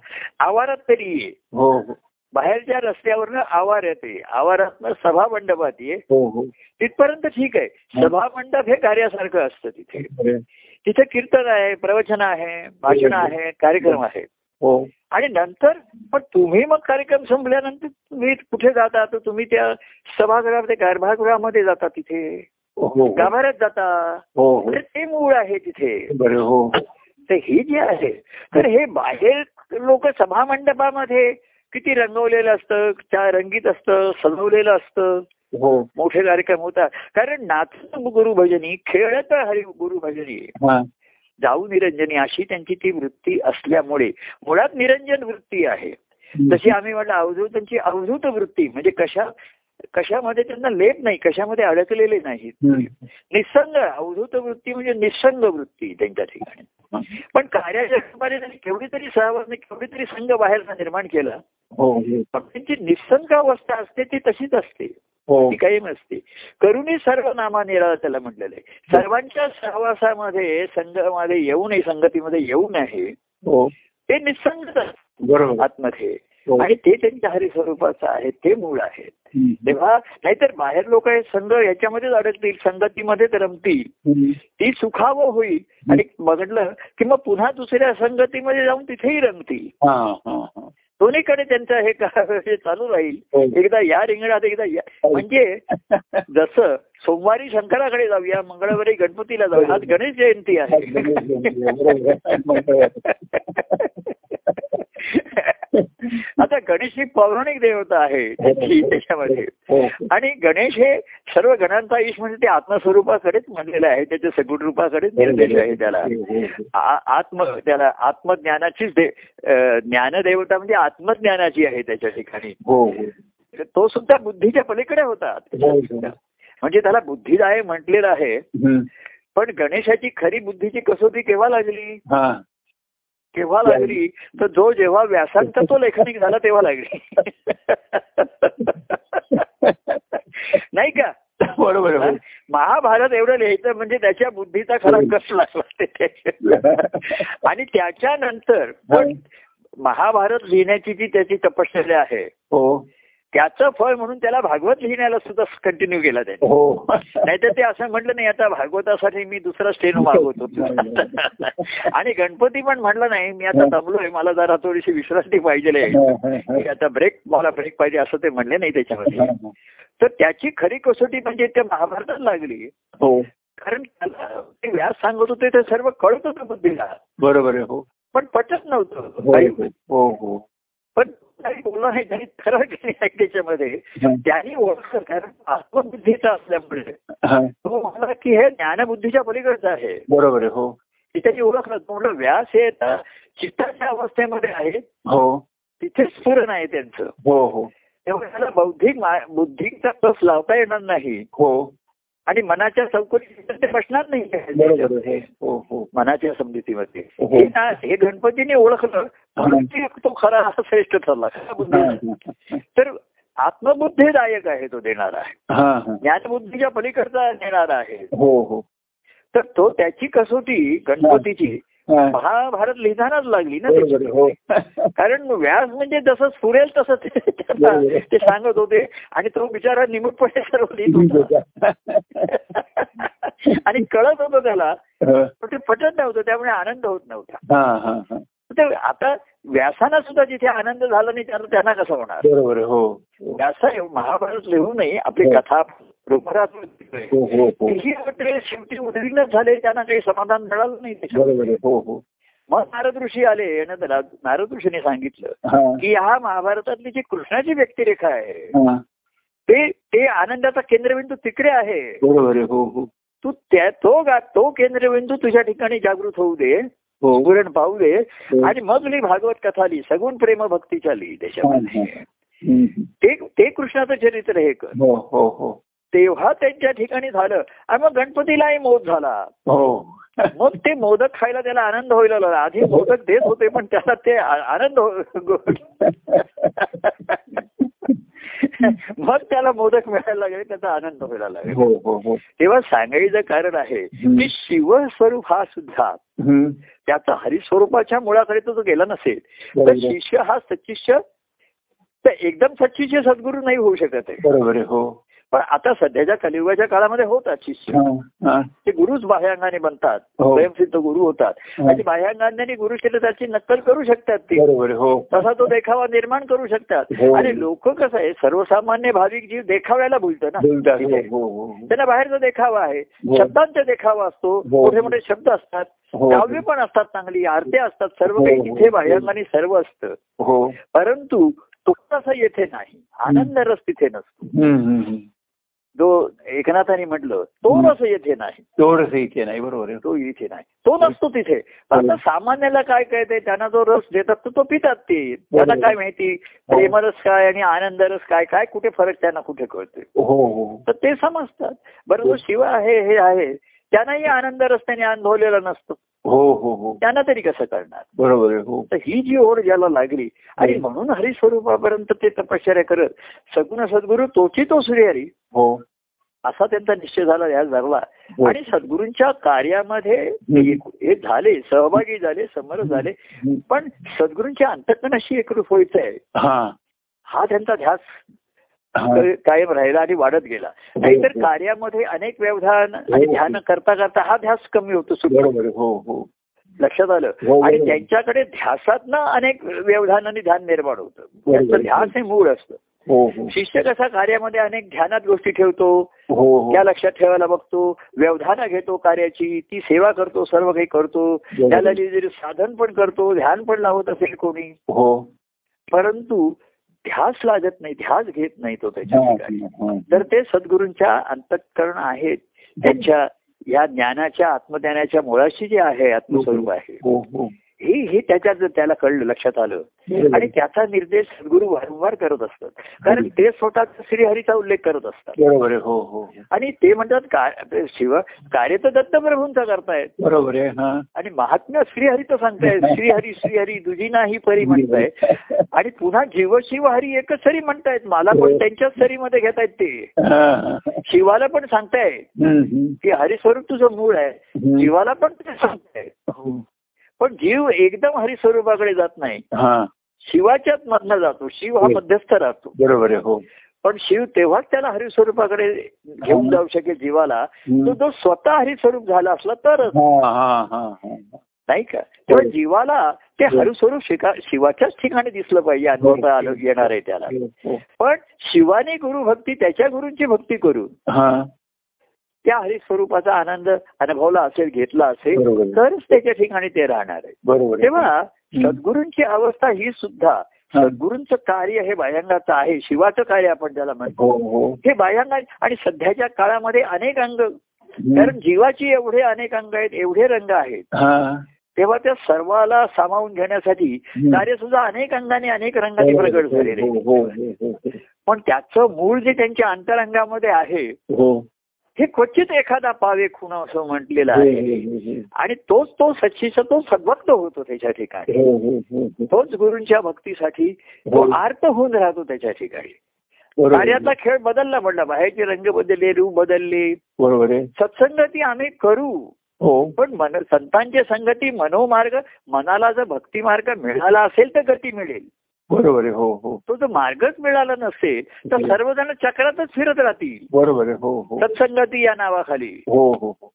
B: आवारात तरी ये
A: हो हो
B: बाहेरच्या रस्त्यावरनं आवारात ये आवारातनं सभा मंडपात ये
A: हो हो
B: तिथपर्यंत ठीक आहे सभा मंडप हे कार्यासारखं असतं तिथे
A: बरोबर आहे.
B: तिथे कीर्तन आहे प्रवचन आहे भाषण आहे कार्यक्रम आहे
A: हो
B: आणि नंतर पण तुम्ही मग कार्यक्रम संपल्यानंतर तुम्ही कुठे जाता तर तुम्ही त्या सभागृहामध्ये गर्भागृहामध्ये जाता तिथे
A: हो हो
B: गाभाऱ्यात जाता
A: हो हो
B: तर ते मूळ आहे तिथे
A: बरं हो
B: तर ही जी आहे तर हे बाहेर लोक सभा मंडपामध्ये किती रंगवलेलं असतं त्या रंगीत असतं सजवलेलं असतं
A: हो
B: मोठे कार्यक्रम होतात कारण नाचत गुरुभजनी खेळत हरी गुरुभजनी
A: हा
B: जाऊ निरंजनी अशी त्यांची ती वृत्ती असल्यामुळे मुळात निरंजन वृत्ती आहे जशी आम्ही म्हटलं अवधूत त्यांची अवधूत वृत्ती म्हणजे कशा कशामध्ये त्यांना लेप नाही कशामध्ये अडकलेले नाहीत
A: हम्म.
B: निसंग अवधूत वृत्ती म्हणजे निसंग वृत्ती त्यांच्या ठिकाणी पण कार्याच्या रूपाने त्यांनी केवढी तरी सहभाग केवढी तरी संघ बाहेरचा निर्माण केला
A: हो हो
B: पण त्यांची निसंग अवस्था असते ती तशीच असते ती
A: हो
B: काही नसते करुणी सर्व नामा निराळा त्याला म्हटलेलं आहे
A: हो.
B: सर्वांच्या सहवासामध्ये संघामध्ये येऊ नये संगतीमध्ये येऊ नये
A: हो
B: ते निसंगत असतात
A: बरोबर
B: आतमध्ये
A: हो.
B: आणि ते त्यांच्या हरिस्वरूपाचं आहे ते मूळ आहे
A: हम्म.
B: तेव्हा नाहीतर बाहेर लोक हे संघ याच्यामध्येच अडकतील संगतीमध्येच रमतील
A: हम्म.
B: ती सुखावं होईल आणि बघडलं की मग पुन्हा दुसऱ्या संगतीमध्ये जाऊन तिथेही रंगतील
A: हा हा हा
B: दोन्हीकडे त्यांचं हे का- हे चालू
A: हो.
B: राहील एकदा या रिंगणात एकदा या म्हणजे जसं सोमवारी शंकराकडे जाऊया मंगळवारी गणपतीला जाऊया आज गणेश जयंती
A: 아, 네,
B: आहे
A: बरोबर आहे.
B: आता गणेश ही पौराणिक देवता आहे त्यांची त्याच्यामध्ये
A: हो
B: आणि गणेश हे सर्व गणांचा ईश म्हणजे ते आत्मस्वरूपाकडेच म्हणलेलं आहे त्याच्या सगुण
A: 네, 어,
B: रूपाकडेच निर्देश आहे त्याला
A: हो, हो.
B: आ- आत्म त्याला आत्मज्ञानाचीच दे- अं, ज्ञानदेवता म्हणजे आत्मज्ञानाची आहे त्याच्या ठिकाणी
A: हो हो
B: तो सुद्धा बुद्धीच्या पलीकडे होता
A: हो, हो.
B: म्हणजे त्याला बुद्धीला आहे म्हटलेलं आहे
A: हम्म.
B: पण गणेशाची खरी बुद्धीची कसोटी केव्हा लागली
A: हा
B: केव्हा लागली तर जो जेव्हा व्यासांचा तो लेखनिक झाला तेव्हा लागली नाही का
A: बरोबर आहे.
B: महाभारत एवढं लिहायचं म्हणजे त्याच्या बुद्धीचा खरा कस लागला ते त्याच्या- आणि त्याच्यानंतर पण
A: 어,
B: महाभारत लिहिण्याची जी त्याची तपश्चर्या आहे
A: हो
B: त्याचं फळ म्हणून त्याला भागवत लिहिण्याला सुद्धा कंटिन्यू केला त्याने
A: हो
B: नाहीतर ते असं म्हटलं नाही आता भागवतासाठी मी दुसरा स्टेन
A: 네,
B: मागवतो आणि गणपती पण म्हणलं नाही मी आता दमलोय मला जरा थोडीशी विश्रांती पाहिजे
A: हा,
B: आता ब्रेक मला ब्रेक पाहिजे असं ते म्हणले नाही
A: हा,
B: त्याच्यामध्ये
A: हा.
B: तर त्याची खरी कसोटी म्हणजे त्या महाभारतात लागली
A: हो
B: कारण त्याला ते व्यास सांगत होते ते सर्व कळत होतं बुद्धीला
A: बरोबर आहे हो
B: पण पटत नव्हतं
A: हो
B: काही.
A: हो हो
B: पण काही बोललं नाही त्यांनी खरं केली नाही त्याच्यामध्ये
A: हा,
B: त्यांनी ओळखलं कारण आत्मबुद्धीचा असल्यामुळे
A: हा.
B: तो म्हणला की हे ज्ञानबुद्धीच्या पलीकडचं आहे
A: बरोबर आहे हो
B: त्याची ओळख नसतो म्हणलं व्यास हे आता चित्ताच्या अवस्थेमध्ये आहे
A: हो
B: तिथे स्फुरण आहे त्यांचं
A: हो हो
B: तेव्हा त्याला बौद्धिक मा- बुद्धिकचा कस लावता येणार नाही
A: हो
B: आणि मनाच्या चौकटीत ते बसणार
A: बरोबर
B: नाही
A: आहे हो हो
B: मनाच्या समजुतीमध्ये
A: हो.
B: हे ना- हे
A: 어,
B: गणपतीने ओळखलं म्हणून ते- तो खरा श्रेष्ठ ठरला खरा बुद्धी.
A: हा, हा.
B: तर आत्मबुद्धीदायक आहे तो देणारा आहे
A: हा हा
B: ज्ञानबुद्धीच्या पलीकडचा देणारा आहे
A: हो हो
B: तर तो त्याची कसोटी गणपतीची
A: हा.
B: महाभारत लिहितानाच लागली ना त्याची.
A: बरोबर आहे, हो
B: कारण व्यास म्हणजे जसं सुरेल तसं ते त्यांना
A: बरोबर.
B: ते सांगत होते आणि तो बिचारा निमूटपणे सर्व लिहित होता आणि कळत होतं त्याला
A: हा,
B: पण ते पटत नव्हतं त्यामुळे आनंद होत नव्हता
A: हा हा हा
B: ते आता व्यासाना सुद्धा जिथे आनंद झाला नाही त्यांना त्यांना कसं होणार
A: बरोबर आहे, हो हो
B: व्यासा महाभारत लिहूनही आपली कथा रूपरात होती.
A: हो हो हो
B: तेही मात्र शेवटी उद्विग्न झाले त्यांना काही समाधान मिळालं नाही त्याच्यात.
A: बरोबर आहे, हो हो
B: मग नारद ऋषी आले आणि त्याला नारद ऋषीने सांगितलं
A: हा
B: की हा महाभारतातली जी कृष्णाची व्यक्तिरेखा आहे
A: हा
B: ते ते आनंदाचा केंद्रबिंदू तिकडे आहे
A: बरोबर आहे, हो हो
B: तू त्या तो गा तो केंद्रबिंदू तुझ्या ठिकाणी जागृत होऊ दे
A: हो
B: उरण पाहू दे
A: हो.
B: आणि मग मी भागवत कथा लिही सगुण प्रेम भक्तीच्या लिही त्याच्यामध्ये
A: हा, हम्म, हम्म.
B: ते ते कृष्णाचं चरित्र हे कर
A: हो हो हो
B: तेव्हा त्यांच्या ठिकाणी झालं आणि मग गणपतीलाही मोद झाला
A: हो
B: मग ते मोदक खायला त्याला आनंद व्हायला लागला आधी मोदक देत होते पण त्याला ते आ- आनंद हो- गो- मग त्याला मोदक मिळायला लागले त्याचा आनंद व्हायला लागला
A: हो हो हो
B: तेव्हा सांगायचं कारण आहे की शिवस्वरूप हा सुद्धा
A: हम्म.
B: त्याचा हरिस्वरूपाच्या मुळाकडे तो जो गेला नसेल तर
A: बरोबर आहे,
B: शिष्य हा सच्शिष्य तर एकदम सच्शिष्य सद्गुरू नाही होऊ शकत आहे
A: बरोबर आहे, हो
B: पण आता सध्याच्या कलियुगाच्या काळामध्ये होतात शिष्य
A: हा, हा,
B: ते गुरुच बाह्यांगाने बनतात
A: हो.
B: स्वयंसिद्ध गुरु होतात
A: हा.
B: आणि बाह्यांगाने गुरु केले त्याची नक्कल करू शकतात ते
A: बरोबर आहे, हो
B: तसा तो देखावा निर्माण करू शकतात
A: हो.
B: आणि लोक कसं आहे सर्वसामान्य भाविक जीव देखाव्याला बोलतो ना
A: बोलतात, हो,
B: तिथे.
A: हो, हो, हो.
B: त्यांना बाहेरचा देखावा आहे
A: हो.
B: शब्दांचा देखावा असतो
A: हो.
B: मोठे मोठे शब्द असतात
A: हो.
B: काव्य पण असतात चांगली आरत्या असतात सर्व
A: हो,
B: काही
A: हो.
B: तिथे बाह्यांगाने सर्व असतं
A: हो
B: परंतु तो तसा येथे नाही आनंद रस तिथे नसतो
A: हम्म, हम्म, हम्म.
B: जो एकनाथाने म्हटलं तो
A: हम्म.
B: रस येथे नाही
A: तेवढंसं इथे नाही बरोबर आहे
B: तो इथे नाही तो नसतो तिथे आता सामान्याला काय कळते त्यांना जो रस देतात तो तो पितात ते त्यांना काय माहिती
A: हो.
B: प्रेमरस काय आणि आनंद रस काय काय कुठे फरक त्यांना कुठे कळते
A: हो हो
B: तर ते समजतात बरं जो शिव आहे हे आहे त्यांनाही आनंद रस त्याने अनुभवलेला नसतो
A: हो हो हो
B: त्यांना तरी कसं करणार
A: बरोबर आहे हो
B: तर ही जी ओढ ज्याला लागली आणि म्हणून हरिस्वरूपापर्यंत ते तपश्चर्या करत सगुण सद्गुरू तोची तो हरी
A: हो
B: असा त्यांचा निश्चय झाला ह्या धरला
A: हो.
B: आणि सद्गुरूंच्या कार्यामध्ये एक- हे झाले सहभागी झाले समर झाले
A: हम्म.
B: पण सद्गुरूंच्या अंतकरणाशी एकरूप व्हायचं आहे
A: हा
B: हा त्यांचा ध्यास
A: हा.
B: कायम राहिला आणि वाढत गेला नाहीतर कार्यामध्ये अनेक व्यवधान आणि
A: हो.
B: ध्यान करता करता हा ध्यास कमी होतो सुद्धा
A: बरोबर आहे, हो हो
B: लक्षात
A: हो,
B: आलं आणि
A: बरोबर.
B: त्यांच्याकडे ध्यासातनं अनेक व्यवधान आणि ध्यान निर्माण होतं
A: बरोबर.
B: त्यांचं ध्यास हे मूळ असतं
A: हो हो
B: शिष्य कसा कार्यामध्ये अनेक ध्यानात गोष्टी ठेवतो
A: हो हो
B: त्या लक्षात ठेवायला बघतो व्यवधान घेतो कार्याची ती सेवा करतो सर्व काही करतो त्याला लिहिलेलं साधन पण करतो ध्यान पण लावत असेल कोणी
A: हो
B: परंतु ध्यास लागत नाही ध्यास घेत नाही तो त्याच्या
A: हा,
B: ठिकाणी
A: हा.
B: तर ते सद्गुरूंच्या अंतःकरण आहेत त्यांच्या या ज्ञानाच्या आत्मज्ञानाच्या मुळाशी जे आहे आत्मस्वरूप आहे
A: हो हो
B: हे हे त्याच्यात जर त्याला कळलं लक्षात आलं
A: बरोबर.
B: आणि त्याचा निर्देश सद्गुरू वारंवार करत असतात कारण ते स्वतः श्रीहरीचा उल्लेख करत असतात
A: बरोबर आहे हो हो हो.
B: आणि ते म्हणतात का- शिव कार्य तर दत्तप्रभूंचा करतायत
A: बरोबर आहे हा
B: आणि महात्म्य श्रीहरी तर सांगताय श्रीहरी श्रीहरी दुजी नाही परी म्हणताय आणि पुन्हा जीव शिव हरी एकच सरी म्हणतायत मला पण त्यांच्याच सरीमध्ये घेतायत ते
A: हा, हा.
B: शिवाला पण सांगताय
A: हम्म, हम्म,
B: की हरिस्वरूप तुझं मूळ आहे
A: हम्म.
B: जीवाला पण ते सांगताय
A: हो.
B: पण जीव एकदम हरिस्वरूपाकडे जात नाही
A: हा
B: शिवाच्याच मधनं जातो शिव हा मध्यस्थ राहतो
A: बरोबर आहे हो
B: पण शिव तेव्हाच त्याला हरिस्वरूपाकडे घेऊन जाऊ शकेल जीवाला तो
A: हम्म.
B: जो स्वतः हरिस्वरूप झाला असला तरच
A: हा हा हा हा
B: नाही का
A: हो.
B: तेव्हा जीवाला ते हरुस्वरूप शिका शिवाच्याच ठिकाणी दिसलं पाहिजे अनुभवता आलं येणार आहे त्याला
A: हो, हो.
B: पण शिवाने गुरु भक्ती त्याच्या गुरूंची भक्ती करून
A: हा
B: त्या हरिस्वरूपाचा आनंद अनुभवला असेल घेतला असेल
A: बरोबर आहे.
B: तरच त्याच्या ठिकाणी ते राहणार आहे
A: हो. बरोबर आहे.
B: तेव्हा सद्गुरूंची अवस्था ही सुद्धा सद्गुरूंचं कार्य हे बाह्यांगाचं आहे शिवाचं कार्य आपण त्याला म्हणतो
A: हो हो
B: हे बाह्यांगा आणि सध्याच्या काळामध्ये अनेक अंग
A: हम्म.
B: कारण जीवाची एवढे अनेक अंग आहेत एवढे रंग आहेत
A: हा
B: तेव्हा त्या सर्वाला सामावून घेण्यासाठी कार्य सुद्धा अनेक अंगाने अनेक रंगाने प्रगट झालेले
A: हो, हो, हो, हो, हो.
B: पण त्याचं मूळ जे त्यांच्या अंतरंगामध्ये आहे
A: हो.
B: हे क्वचित एखादा पावे खुणा असं म्हटलेलं आहे
A: हो,
B: आणि तोच तो सच्चीचा तो सद्भक्त होतो त्याच्या ठिकाणी
A: हो, हो, हो, हो.
B: तोच गुरूंच्या भक्तीसाठी तो आर्त होऊन राहतो त्याच्या ठिकाणी
A: बरोबर आहे.
B: कार्यातला खेळ बदलला म्हणला बाहेरचे रंग बदलले रूप बदलले
A: बरोबर आहे
B: सत्संगती आम्ही करू
A: हो
B: पण मन संतांची संगती मनोमार्ग मनाला जर भक्ती मार्ग मिळाला असेल तर गती मिळेल
A: बरोबर आहे हो हो
B: तो जर मार्गच मिळाला नसेल तर सर्वजण चक्रातच फिरत राहतील
A: बरोबर आहे हो हो
B: सत्संगती या नावाखाली
A: हो हो हो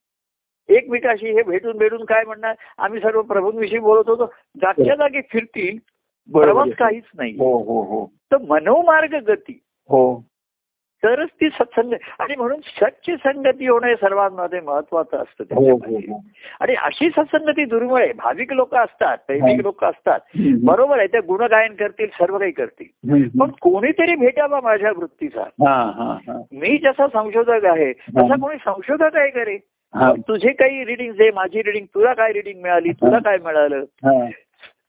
B: एकमेकाशी हे भेटून भेटून काय म्हणणार आम्ही सर्व प्रभूंविषयी बोलत होतो जागच्या जागी फिरतील
A: हो. बरोबर
B: प्रवास
A: आहे.
B: काहीच नाही
A: हो हो हो
B: तर मनोमार्ग गती
A: हो
B: तरच ती सत्संग आणि म्हणून सच्ची संगती होणं हे सर्वांमध्ये महत्वाचं असतं
A: हो
B: त्याच्यामध्ये.
A: हो
B: आणि अशी सत्संगती दुर्मिळ आहे भाविक लोक असतात दैविक
A: हा.
B: लोक असतात
A: हो
B: बरोबर आहे ते गुणगायन करतील सर्व काही करतील पण कोणीतरी भेटावा माझ्या वृत्तीचा
A: हा हा हा
B: मी जसा संशोधक आहे तसा
A: हा.
B: कोणी संशोधक आहे करे
A: हा
B: तुझे काही रिडिंग दे माझी रिडिंग तुला काय रिडिंग मिळाली तुला काय मिळालं
A: हा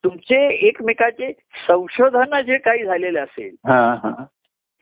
B: तुमचे एकमेकाचे संशोधन जे काही झालेले असेल
A: हा हा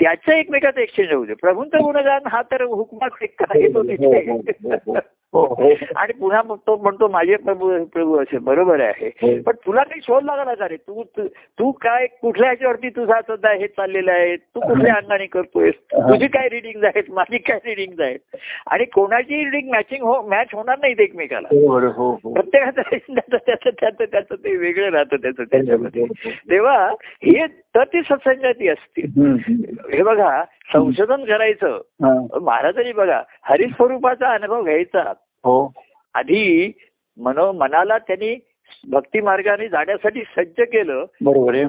B: त्याचं एकमेकाचं एक्सचेंज होऊ दे प्रभूंचं गुणगान हा तर हुकमा फेक आहे
A: हो,
B: तो तिथे. आणि पुन्हा मग तो म्हणतो माझे प्रभू प्रभू असे बरोबर आहे पण तुला काही शोध लागला का रे तू तू- तू काय कुठल्या ह्याच्यावरती तुझा सध्या हे चाललेलं आहे तू कुठल्या अंगाने करतोयस तुझी काय रिडिंग आहेत माझी काय रिडिंग आहेत आणि कोणाची रिडिंग मॅचिंग हो मॅच होणार नाहीत एकमेकाला
A: बरोबर हो हो
B: प्रत्येकाचं त्याचं त्याचं त्याचं त्याचं ते वेगळं राहतं त्याचं त्याच्यामध्ये तेव्हा हे तर ती सत्संगती असते हे बघा संशोधन करायचं
A: हा,
B: महाराजांनी बघा हरिस्वरूपाचा अनुभव घ्यायचा
A: हो
B: आधी मनो मनाला त्यांनी भक्ती मार्गाने जाण्यासाठी सज्ज केलं
A: बरोबर आहे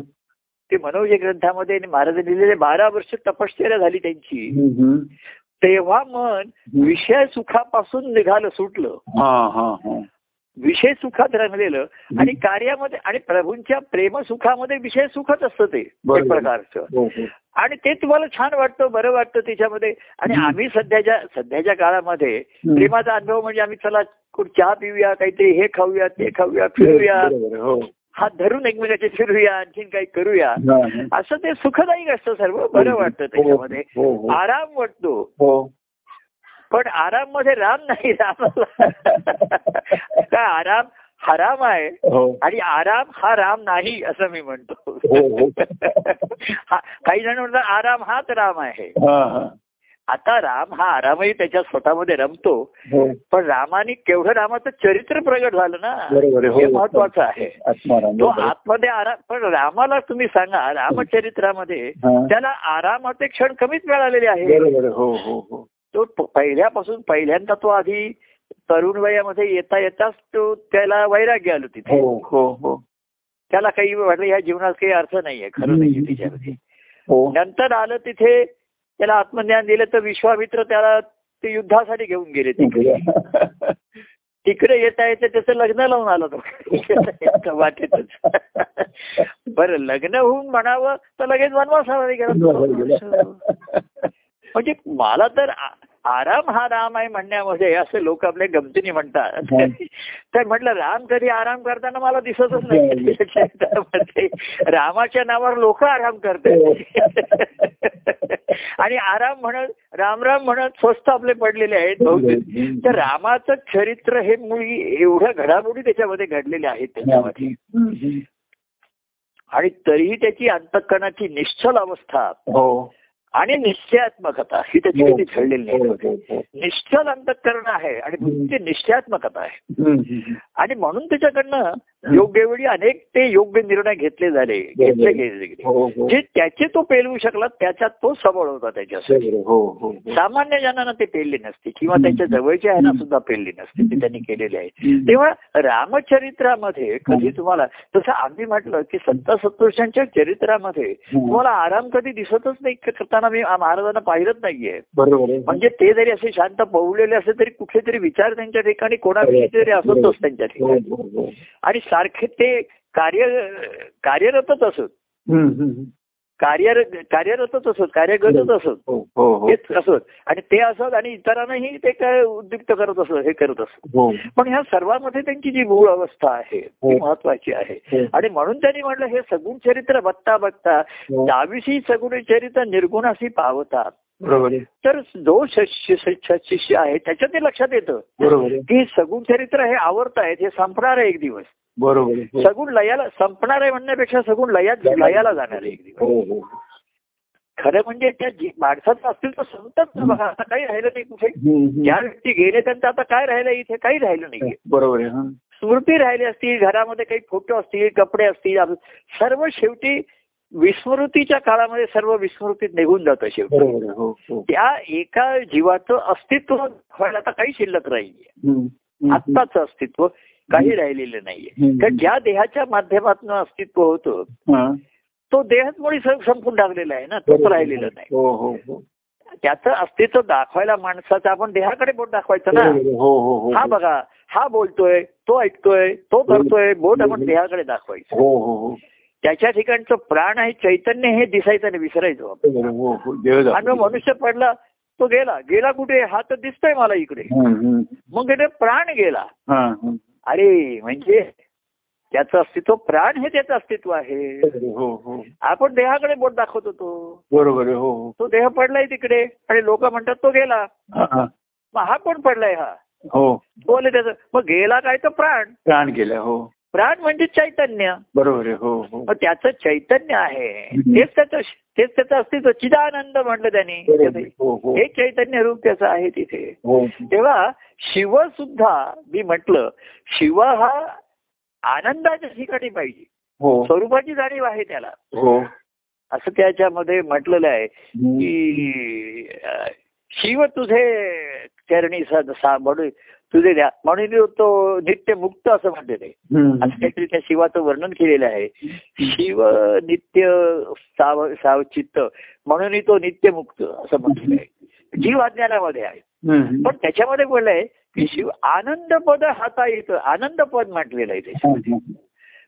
B: ते मनोज या ग्रंथामध्ये आणि महाराजांनी लिहिलेले बारा वर्ष तपश्चर्या झाली त्यांची
A: हम्म, हम्म.
B: तेव्हा मन विषय सुखापासून निघालं सुटलं
A: हा हा हा
B: विषय सुखात रंगलेलं आणि कार्यामध्ये आणि प्रभूंच्या प्रेमसुखामध्ये विषय सुखच असतं ते एक
A: बरोबर.
B: प्रकारचं
A: हो, हो.
B: आणि ते तुम्हाला छान वाटतं बरं वाटतं त्याच्यामध्ये आणि
A: हम्म.
B: आम्ही सध्याच्या सध्याच्या काळामध्ये
A: हम्म.
B: प्रेमाचा अनुभव म्हणजे आम्ही चला कुठं चहा पिऊया काहीतरी हे खाऊया ते खाऊया
A: 네,
B: फिरूया
A: बरोबर आहे, हो
B: हात धरून एकमेकाचे फिरूया आणखीन काही करूया
A: हा, हा.
B: असं ते सुखदायी असतं सर्व बरं वाटतं
A: 어,
B: त्याच्यामध्ये
A: हो हो
B: आराम वाटतो
A: हो
B: पण आराम मध्ये राम नाही रामाला काय आराम हराम आहे
A: हो
B: आणि आराम हा राम नाही असं मी म्हणतो
A: हो हो
B: हा- काही जण म्हणतात आराम हाच राम आहे
A: हा हा
B: आता राम हा आरामही त्याच्या स्वतःमध्ये रमतो
A: हो
B: पण रामाने केवढं रामाचं चरित्र प्रगट झालं ना
A: बरोबर आहे, हो.
B: हे महत्वाचं आहे
A: आत्माराम
B: तो
A: बरोबर आहे.
B: आतमध्ये आराम पण रामाला तुम्ही सांगा रामचरित्रामध्ये
A: हा.
B: त्याला आरामाचे क्षण कमीच मिळालेले आहे
A: बरोबर आहे, हो हो हो
B: तो प- पहिल्यापासून पहिल्यांदा तो आधी तरुण वयामध्ये येता येताच तो त्याला वैराग्य आलो तिथे
A: हो हो हो
B: त्याला काही वाटलं या जीवनात काही अर्थ नाहीये
A: 음.
B: खरं नाहीये तिच्यामध्ये
A: हो
B: नंतर आलं तिथे त्याला आत्मज्ञान दिलं तर विश्वामित्र त्याला ते युद्धासाठी घेऊन गेले
A: 음,
B: तिकडे तिकडे येता येते त्याचं लग्न लावून आला तो वाटेतच बरं लग्न होऊन म्हणावं तर लगेच वनवासामध्ये गेला म्हणजे मला तर आ- आराम हा राम आहे म्हणण्यामध्ये असे लोक आपल्या गमतीने म्हणतात
A: हा.
B: तर म्हटलं राम कधी आराम करताना मला दिसतच नाही त्याच्यामध्ये रामाच्या नावावर लोक आराम करतात आणि आराम म्हणत राम राम म्हणत स्वस्त आपले पडलेले
A: 어,
B: आहेत बहुतेक तर रामाचं चरित्र हे मुळी एवढ्या घडामोडी त्याच्यामध्ये घडलेल्या आहेत
A: 음.
B: त्याच्यामध्ये आणि तरीही त्याची अंतकरणाची निश्चल अवस्था
A: हो
B: आणि निश्चयात्मकता ही त्याची
A: हो.
B: कधी झडलेली नाही
A: हो, हो, हो.
B: निश्चल अंतकरण आहे आणि बुद्धी निश्चयात्मकता आहे
A: हम्म, हम्म.
B: आणि म्हणून त्याच्याकडनं योग्य वेळी अनेक ते योग्य निर्णय घेतले झाले घेतले गेले
A: हो हो
B: जे त्याचे तो पेलवू शकला त्याच्यात तो सबळ होता त्याच्यासाठी
A: बरोबर आहे, हो हो हो.
B: सामान्य जणांना ते पेलले नसते किंवा
A: हम्म.
B: त्यांच्या जवळच्या ह्यांना सुद्धा पेलली नसते ते त्यांनी केलेले आहे
A: हम्म.
B: तेव्हा रामचरित्रामध्ये कधी तुम्हाला जसं आम्ही म्हटलं की संत सत्पुरुषांच्या चरित्रामध्ये
A: हम्म.
B: तुम्हाला आराम कधी दिसतच नाही क- करताना मी महाराजांना पाहिलंच नाहीये
A: बरोबर आहे.
B: म्हणजे ते जरी असे शांत पवलेले असले तरी कुठले तरी विचार त्यांच्या ठिकाणी कोणाविषयी तरी असतच त्यांच्या
A: हो,
B: ठिकाणी
A: हो, हो.
B: आणि सारखे ते कार्य कार्यरतच असत
A: हम्म, हम्म.
B: कार्य कार्यरतच असत कार्यगतच असत
A: हो हो हो
B: हेच असत आणि ते असत आणि इतरांनाही ते काय उद्युक्त करत असत हे करत असत
A: हो
B: पण ह्या सर्वांमध्ये त्यांची जी मूळ अवस्था आहे ती
A: हो.
B: महत्वाची आहे
A: हो.
B: आणि म्हणून त्यांनी म्हटलं हे सगुण चरित्र बघता बघता
A: हो.
B: दहावीशी सगुण चरित्र निर्गुणाशी पावतात
A: बरोबर आहे
B: तर जो श- श- श- शिष्य आहे त्याच्या ते लक्षात येतं
A: बरोबर आहे
B: की सगुण चरित्र हे आवडत आहेत हे संपणार आहे एक दिवस
A: बरोबर आहे हो.
B: सगुण लयाला संपणार आहे म्हणण्यापेक्षा सगुण लयात लयाला जाणार आहे एक दिवस
A: हो हो
B: खरं म्हणजे त्या जी- माणसाचं अस्तित्व संतच ना बघा आता काही राहिलं नाही कुठे
A: हम्म,
B: ज्या
A: हम्म.
B: व्यक्ती गेले त्यांचं आता काय राहिलं इथे काही राहिलं नाही
A: बरोबर आहे हं.
B: स्मृती राहिली असतील घरामध्ये काही फोटो असतील कपडे असतील आप- सर्व शेवटी विस्मृतीच्या काळामध्ये सर्व विस्मृतीत निघून जातं शेवटी
A: बरोबर आहे हो हो
B: त्या एका जीवाचं अस्तित्व व्हायला आता काही शिल्लक नाहीये
A: हम्म, हम्म, हम्म.
B: आत्ताचं अस्तित्व काही राहिलेलं नाहीये
A: हम्म.
B: कारण ज्या देहाच्या माध्यमातून अस्तित्व होतं
A: हां.
B: तो देहच मुळे सं- संपून टाकलेला आहे ना तोच
A: बरोबर आहे.
B: राहिलेला नाही
A: हो हो हो
B: त्याचं अस्तित्व दाखवायला माणसाचं आपण देहाकडे बोट दाखवायचं ना
A: बरोबर आहे. हो हो हो
B: हा बघा हा बोलतोय तो ऐकतोय तो करतोय बोट आपण देहाकडे दाखवायचं
A: हो हो हो
B: त्याच्या ठिकाणचं प्राण आहे चैतन्य हे दिसायचं आणि विसरायचं आपण.
A: बरोबर आहे. हो हो देव जातो.
B: आणि मग मनुष्य पडला तो गेला गेला कुठे हा तर दिसतोय मला इकडे
A: हम्म, हम्म.
B: मग इथे प्राण गेला
A: हां, हं.
B: अरे म्हणजे त्याचं अस्तित्व प्राण हे त्याचं अस्तित्व आहे
A: बरोबर आहे. हो हो
B: आपण देहाकडे बोट दाखवत होतो
A: बरोबर आहे. हो हो
B: तो देह पडलाय तिकडे आणि लोक म्हणतात तो गेला
A: हां, हां.
B: मग हा कोण पडलाय हा
A: हो
B: बोले त्याचं मग गेला काय तर प्राण
A: प्राण गेला हो
B: प्राण म्हणजे चैतन्य
A: बरोबर आहे हो हो
B: मग त्याचं चैतन्य आहे
A: हम्म.
B: तेच त्याचं तेच त्याचं अस्तित्व चिदानंद म्हटलं
A: बरोबर
B: त्यांनी
A: आहे. हो हो
B: हे चैतन्य रूप त्याचं आहे तिथे
A: हो
B: तेव्हा शिव सुद्धा मी म्हटलं शिव हा आनंदाच्या ठिकाणी पाहिजे
A: हो
B: स्वरूपाची जाणीव आहे त्याला
A: हो
B: असं त्याच्यामध्ये म्हटलेलं आहे
A: हम्म.
B: की अं, शिव तुझे चरणी सा- सा- म्हणून तुझे द्या म्हणून तो नित्य मुक्त असं म्हणते ते
A: हम्म.
B: असं काहीतरी त्या शिवाचं वर्णन केलेलं आहे शिव नित्य साव सावचित्त म्हणून तो नित्य मुक्त असं म्हटलेलं आहे जीव अज्ञानामध्ये आहे
A: हम्म.
B: पण त्याच्यामध्ये बोललंय की शिव आनंद पद हाता येतं आनंद पद म्हटलेलं आहे त्याच्यात
A: हम्म.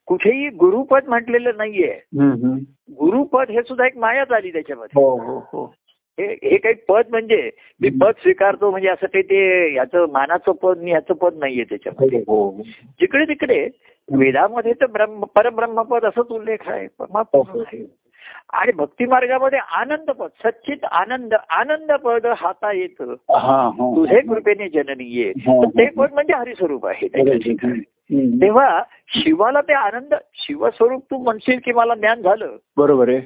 B: कुठेही गुरुपद म्हटलेलं नाहीये
A: हम्म.
B: गुरुपद हे सुद्धा एक मायाच आली त्याच्यामध्ये
A: हो हो हो
B: हे हे काही पद म्हणजे मी पद स्वीकारतो म्हणजे असं काही ते याचं मानाचं पद मी ह्याचं पद नाहीये त्याच्यामध्ये
A: हो हो
B: जिकडे तिकडे वेदामध्ये तर ब्रह्म परब्रह्मपद असंच उल्लेख आहे
A: हो.
B: परमात्मा आहे. आणि भक्ती मार्गामध्ये आनंद पद सच्चित आनंद आनंद पद हाता येतं
A: हां, हां.
B: तुझे कृपेने जननी ये
A: हो,
B: तर
A: हो.
B: ते पद म्हणजे हरिस्वरूप आहे
A: बरोबर
B: त्याच्या
A: आहे.
B: ठिकाणी
A: हम्म.
B: तेव्हा शिवाला ते आनंद शिवस्वरूप तू म्हणशील की मला ज्ञान झालं
A: बरोबर आहे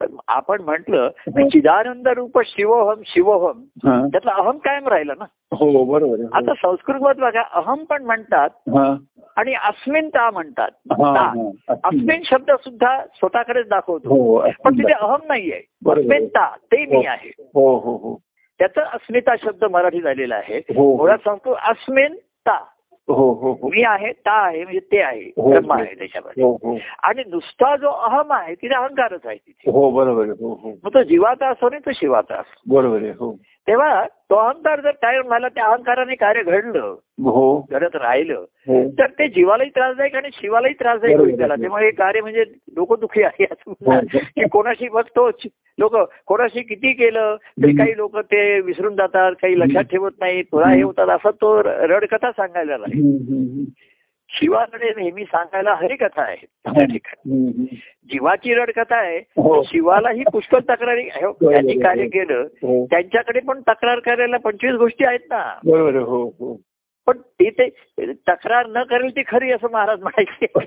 B: पण आपण
A: हो.
B: म्हंटल चिदानंद रूप शिवोहम शिवोहम
A: हां.
B: त्यातला अहम कायम राहिला ना
A: हो बरोबर आहे. हो.
B: आता संस्कृतमध्ये बघा अहम पण म्हणतात
A: हां.
B: आणि अस्मिनता म्हणतात
A: हां,
B: ता.
A: हां.
B: अस्मिन शब्द सुद्धा स्वतःकडेच दाखवतो
A: हो
B: पण तिथे अहम नाहीये
A: बरोबर.
B: अस्मिनता ते मी आहे
A: हो हो हो
B: त्याचा अस्मिता शब्द मराठी झालेला आहे
A: हो.
B: मुळात सांगतो अस्मिनता
A: हो हो हो
B: मी आहे ता आहे म्हणजे ते आहे
A: हो.
B: ब्रह्म आहे त्याच्यामध्ये
A: हो हो
B: आणि नुसता जो अहम आहे तिथे अहंकारच आहे तिथे
A: हो बरोबर आहे. हो हो
B: मग तो जीवाचा असो नाही तो शिवाचा असो
A: बरोबर आहे हो
B: तेव्हा तो अहंकार जर कायम झाला त्या अहंकाराने कार्य घडलं
A: हो
B: घडत राहिलं
A: हो
B: तर ते जीवालाही त्रासदायक आणि शिवालाही त्रासदायक
A: बरोबर.
B: होईल त्याला त्यामुळे हे कार्य म्हणजे डोकदुखी आहे असं म्हणतात.
A: हो.
B: की कोणाशी बघतो लोक कोणाशी किती केलं तरी
A: हम्म.
B: काही लोक ते विसरून जातात काही लक्षात ठेवत नाही तुला हे होतात असं तो र- रडकथा सांगायला लागला
A: हम्म, हम्म,
B: शिवाकडे नेहमी सांगायला हरिकथा आहे त्या ठिकाणी
A: हम्म, हम्म.
B: जीवाची रडकथा आहे
A: हो.
B: शिवालाही पुष्कळ तक्रारी हो,
A: बरोबर.
B: त्यांनी कार्य केलं
A: हो
B: त्यांच्याकडे पण तक्रार करायला पंचवीस गोष्टी आहेत ना
A: बरोबर आहे. हो हो
B: पण ती ते तक्रार न करेल ती खरी असं महाराज म्हणायचे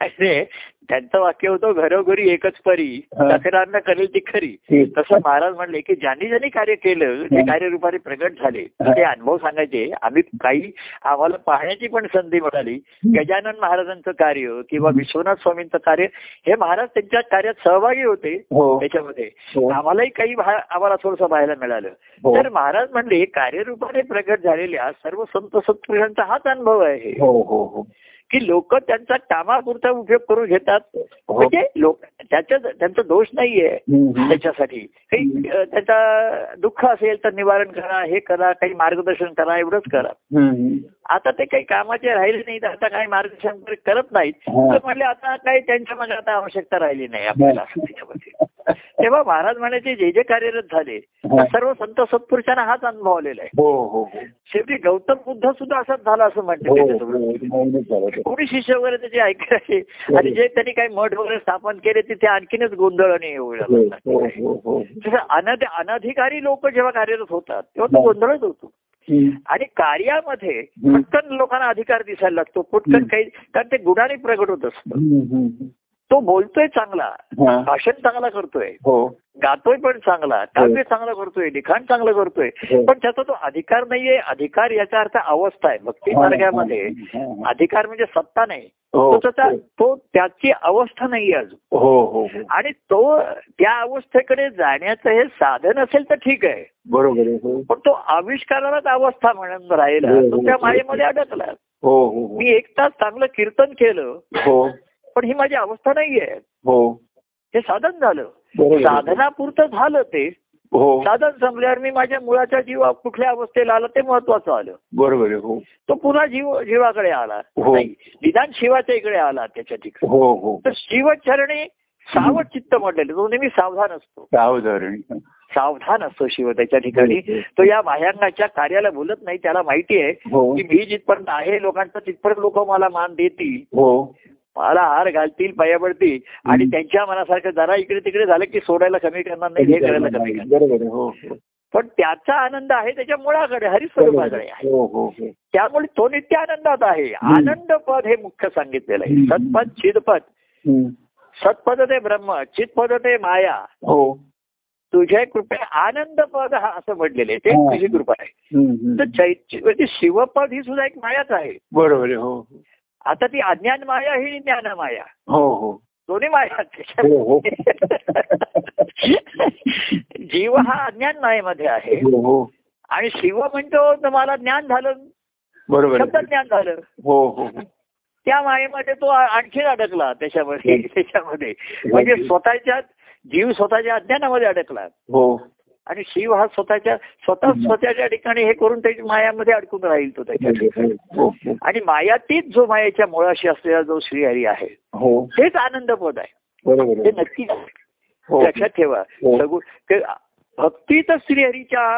B: असे त्यांचं वाक्य होतं घरोघरी एकच परी
A: हा.
B: तक्रार न करेल ती खरी
A: ठीक.
B: तसं महाराज म्हणले की ज्यांनी ज्यांनी कार्य केलं ते
A: हा.
B: कार्यरूपाने प्रगट झाले
A: हा.
B: ते अनुभव सांगायचे आम्ही काही आम्हाला पाहण्याची पण संधी मिळाली गजानन महाराजांचं कार्य किंवा विश्वनाथ स्वामींचं कार्य हे महाराज त्यांच्या कार्यात सहभागी होते
A: हो
B: त्याच्यामध्ये
A: हो
B: आम्हालाही काही भा- आम्हाला थोडंसं पाहायला मिळालं
A: हो
B: तर महाराज म्हणले कार्यरूपाने प्रगट झालेल्या सर्व संत सत्पुरुषांचा हाच अनुभव आहे
A: हो हो हो
B: की लोक त्यांचा कामापुरता उपयोग करून घेतात
A: हो.
B: म्हणजे लोक त्याच्या त्यांचा दोष नाहीये
A: हम्म, हम्म.
B: त्याच्यासाठी काही अ, त्याचा दुःख असेल तर निवारण करा हे करा काही मार्गदर्शन करा एवढंच करा
A: हम्म,
B: आता ते काही कामाचे राहिले नाही तर आता काही मार्गदर्शन वगैरे करत नाहीत
A: हा.
B: तर म्हणले आता काही त्यांच्या मग आता आवश्यकता राहिली नाही आपल्याला असं त्याच्यामध्ये तेव्हा महाराज म्हणायचे जे जे कार्यरत झाले
A: हा.
B: सर्व संत सत्पुरुषांना हाच अनुभव आलेला आहे
A: हो हो हो
B: शेवटी गौतम बुद्ध सुद्धा असाच झाला असं
A: हो,
B: म्हणते
A: हो,
B: त्याच्याबरोबर.
A: मौनच झालं ते.
B: कोणी शिष्य वगैरे त्याचे
A: हो.
B: ऐकायचे आणि जे त्यांनी काही मठ वगैरे स्थापन केले तिथे आणखीनच गोंधळ आणि हे होऊ
A: हो,
B: लागला.
A: हो, हो, हो.
B: तसं अनध अनधिकारी लोक जेव्हा कार्यरत होतात तेव्हा तो
A: हो.
B: गोंधळच होतो
A: हम्म,
B: आणि कार्यामध्ये पटकन लोकांना अधिकार दिसायला लागतो पटकन काही कारण ते गुणाने प्रगट होत असतं
A: हम्म, हम्म.
B: तो बोलतोय चांगला
A: हा.
B: भाषण चांगला करतोय
A: हो
B: गातोय पण चांगला काव्य चांगलं करतोय लिखाण चांगलं करतोय
A: हो.
B: पण त्याचा तो अधिकार नाहीये अधिकार याचा अर्थ अवस्था आहे भक्ती
A: हो.
B: मार्गामध्ये
A: हा, हा.
B: अधिकार म्हणजे सत्ता नाही
A: हो
B: तो त्याचा तो त्याची अवस्था नाहीये अजून
A: हो हो हो.
B: आणि तो त्या अवस्थेकडे जाण्याचं हे साधन असेल तर ठीक आहे
A: बरोबर आहे हो
B: पण तो आविष्कारालाच अवस्था म्हणून राहिला
A: हो, हो,
B: तो त्या
A: हो.
B: मायेमध्ये अडकला
A: हो हो हो.
B: मी एक तास चांगलं कीर्तन केलं
A: हो
B: पण ही माझी अवस्था नाहीये
A: हो
B: हे साधन झालं
A: बरोबर आहे.
B: साधनापुरतं झालं ते
A: हो
B: साधन संपल्यावर मी माझ्या मुळाच्या जीवा कुठल्या अवस्थेला आला ते महत्वाचं आलं
A: बरोबर आहे हो
B: तो पुन्हा जीव जीवाकडे आला
A: हो.
B: नाही, निदान शिवाच्या इकडे आला त्याच्या ठिकाणी
A: हो हो
B: तर शिवचरणी सावध चित्त म्हटलेलं तो नेहमी सावधान असतो
A: सावधारणी
B: सावधान असतो शिव त्याच्या ठिकाणी
A: हो, हो.
B: तो या भायंगाच्या कार्याला बोलत नाही त्याला माहिती आहे
A: हो
B: की मी जिथपर्यंत आहे लोकांचा तिथपर्यंत लोक मला मान देतील
A: हो
B: मला हार घालतील पाया पडतील आणि
A: हम्म.
B: त्यांच्या मनासारखं जरा इकडे तिकडे झालं की सोडायला कमी करणार नाही हे करायला कमी करणार
A: बरोबर आहे हो हो.
B: पण त्याचा आनंद आहे त्याच्या मुळाकडे हरिस्वरूपाकडे आहे
A: हो हो हो
B: त्यामुळे तो नित्य आनंदात आहे आनंद पद हे मुख्य सांगितलेलं आहे
A: हम्म.
B: सत्पद चिदपद
A: हम्म.
B: सत्पद ते ब्रह्म चितपद ते माया
A: हो
B: तुझ्या कृपे आनंद पद हा असं म्हटलेले ते
A: हा.
B: तुझी कृपा आहे
A: हम्म, हम्म.
B: तर चैत्य म्हणजे शिवपद ही सुद्धा एक मायाच आहे
A: बरोबर आहे हो
B: आता ती अज्ञान माया ही ज्ञान माया
A: हो हो
B: दोन्ही माया
A: हो हो
B: जीव हा अज्ञान मायेमध्ये आहे
A: हो हो
B: आणि शिव म्हणतो तर मला ज्ञान झालं
A: बरोबर
B: शब्द
A: आहे.
B: ज्ञान झालं
A: हो हो हो.
B: त्या मायेमध्ये तो आ- आणखीन अडकला त्याच्यामध्ये त्याच्यामध्ये म्हणजे स्वतःच्या जीव स्वतःच्या अज्ञानामध्ये अडकला
A: हो
B: आणि शिव हा स्वतःच्या स्वतः स्वतःच्या ठिकाणी हे करून त्याच्या मायामध्ये अडकून राहील तो त्याच्या ठिकाणी.
A: हो हो.
B: आणि मायातीत जो मायाच्या मुळाशी असलेला जो श्रीहरी आहे
A: हो
B: तेच आनंदपद आहे
A: बरोबर
B: ते
A: आहे.
B: नक्की
A: हो
B: लक्षात ठेवा
A: हो.
B: सगु- ते भक्तीत श्रीहरीच्या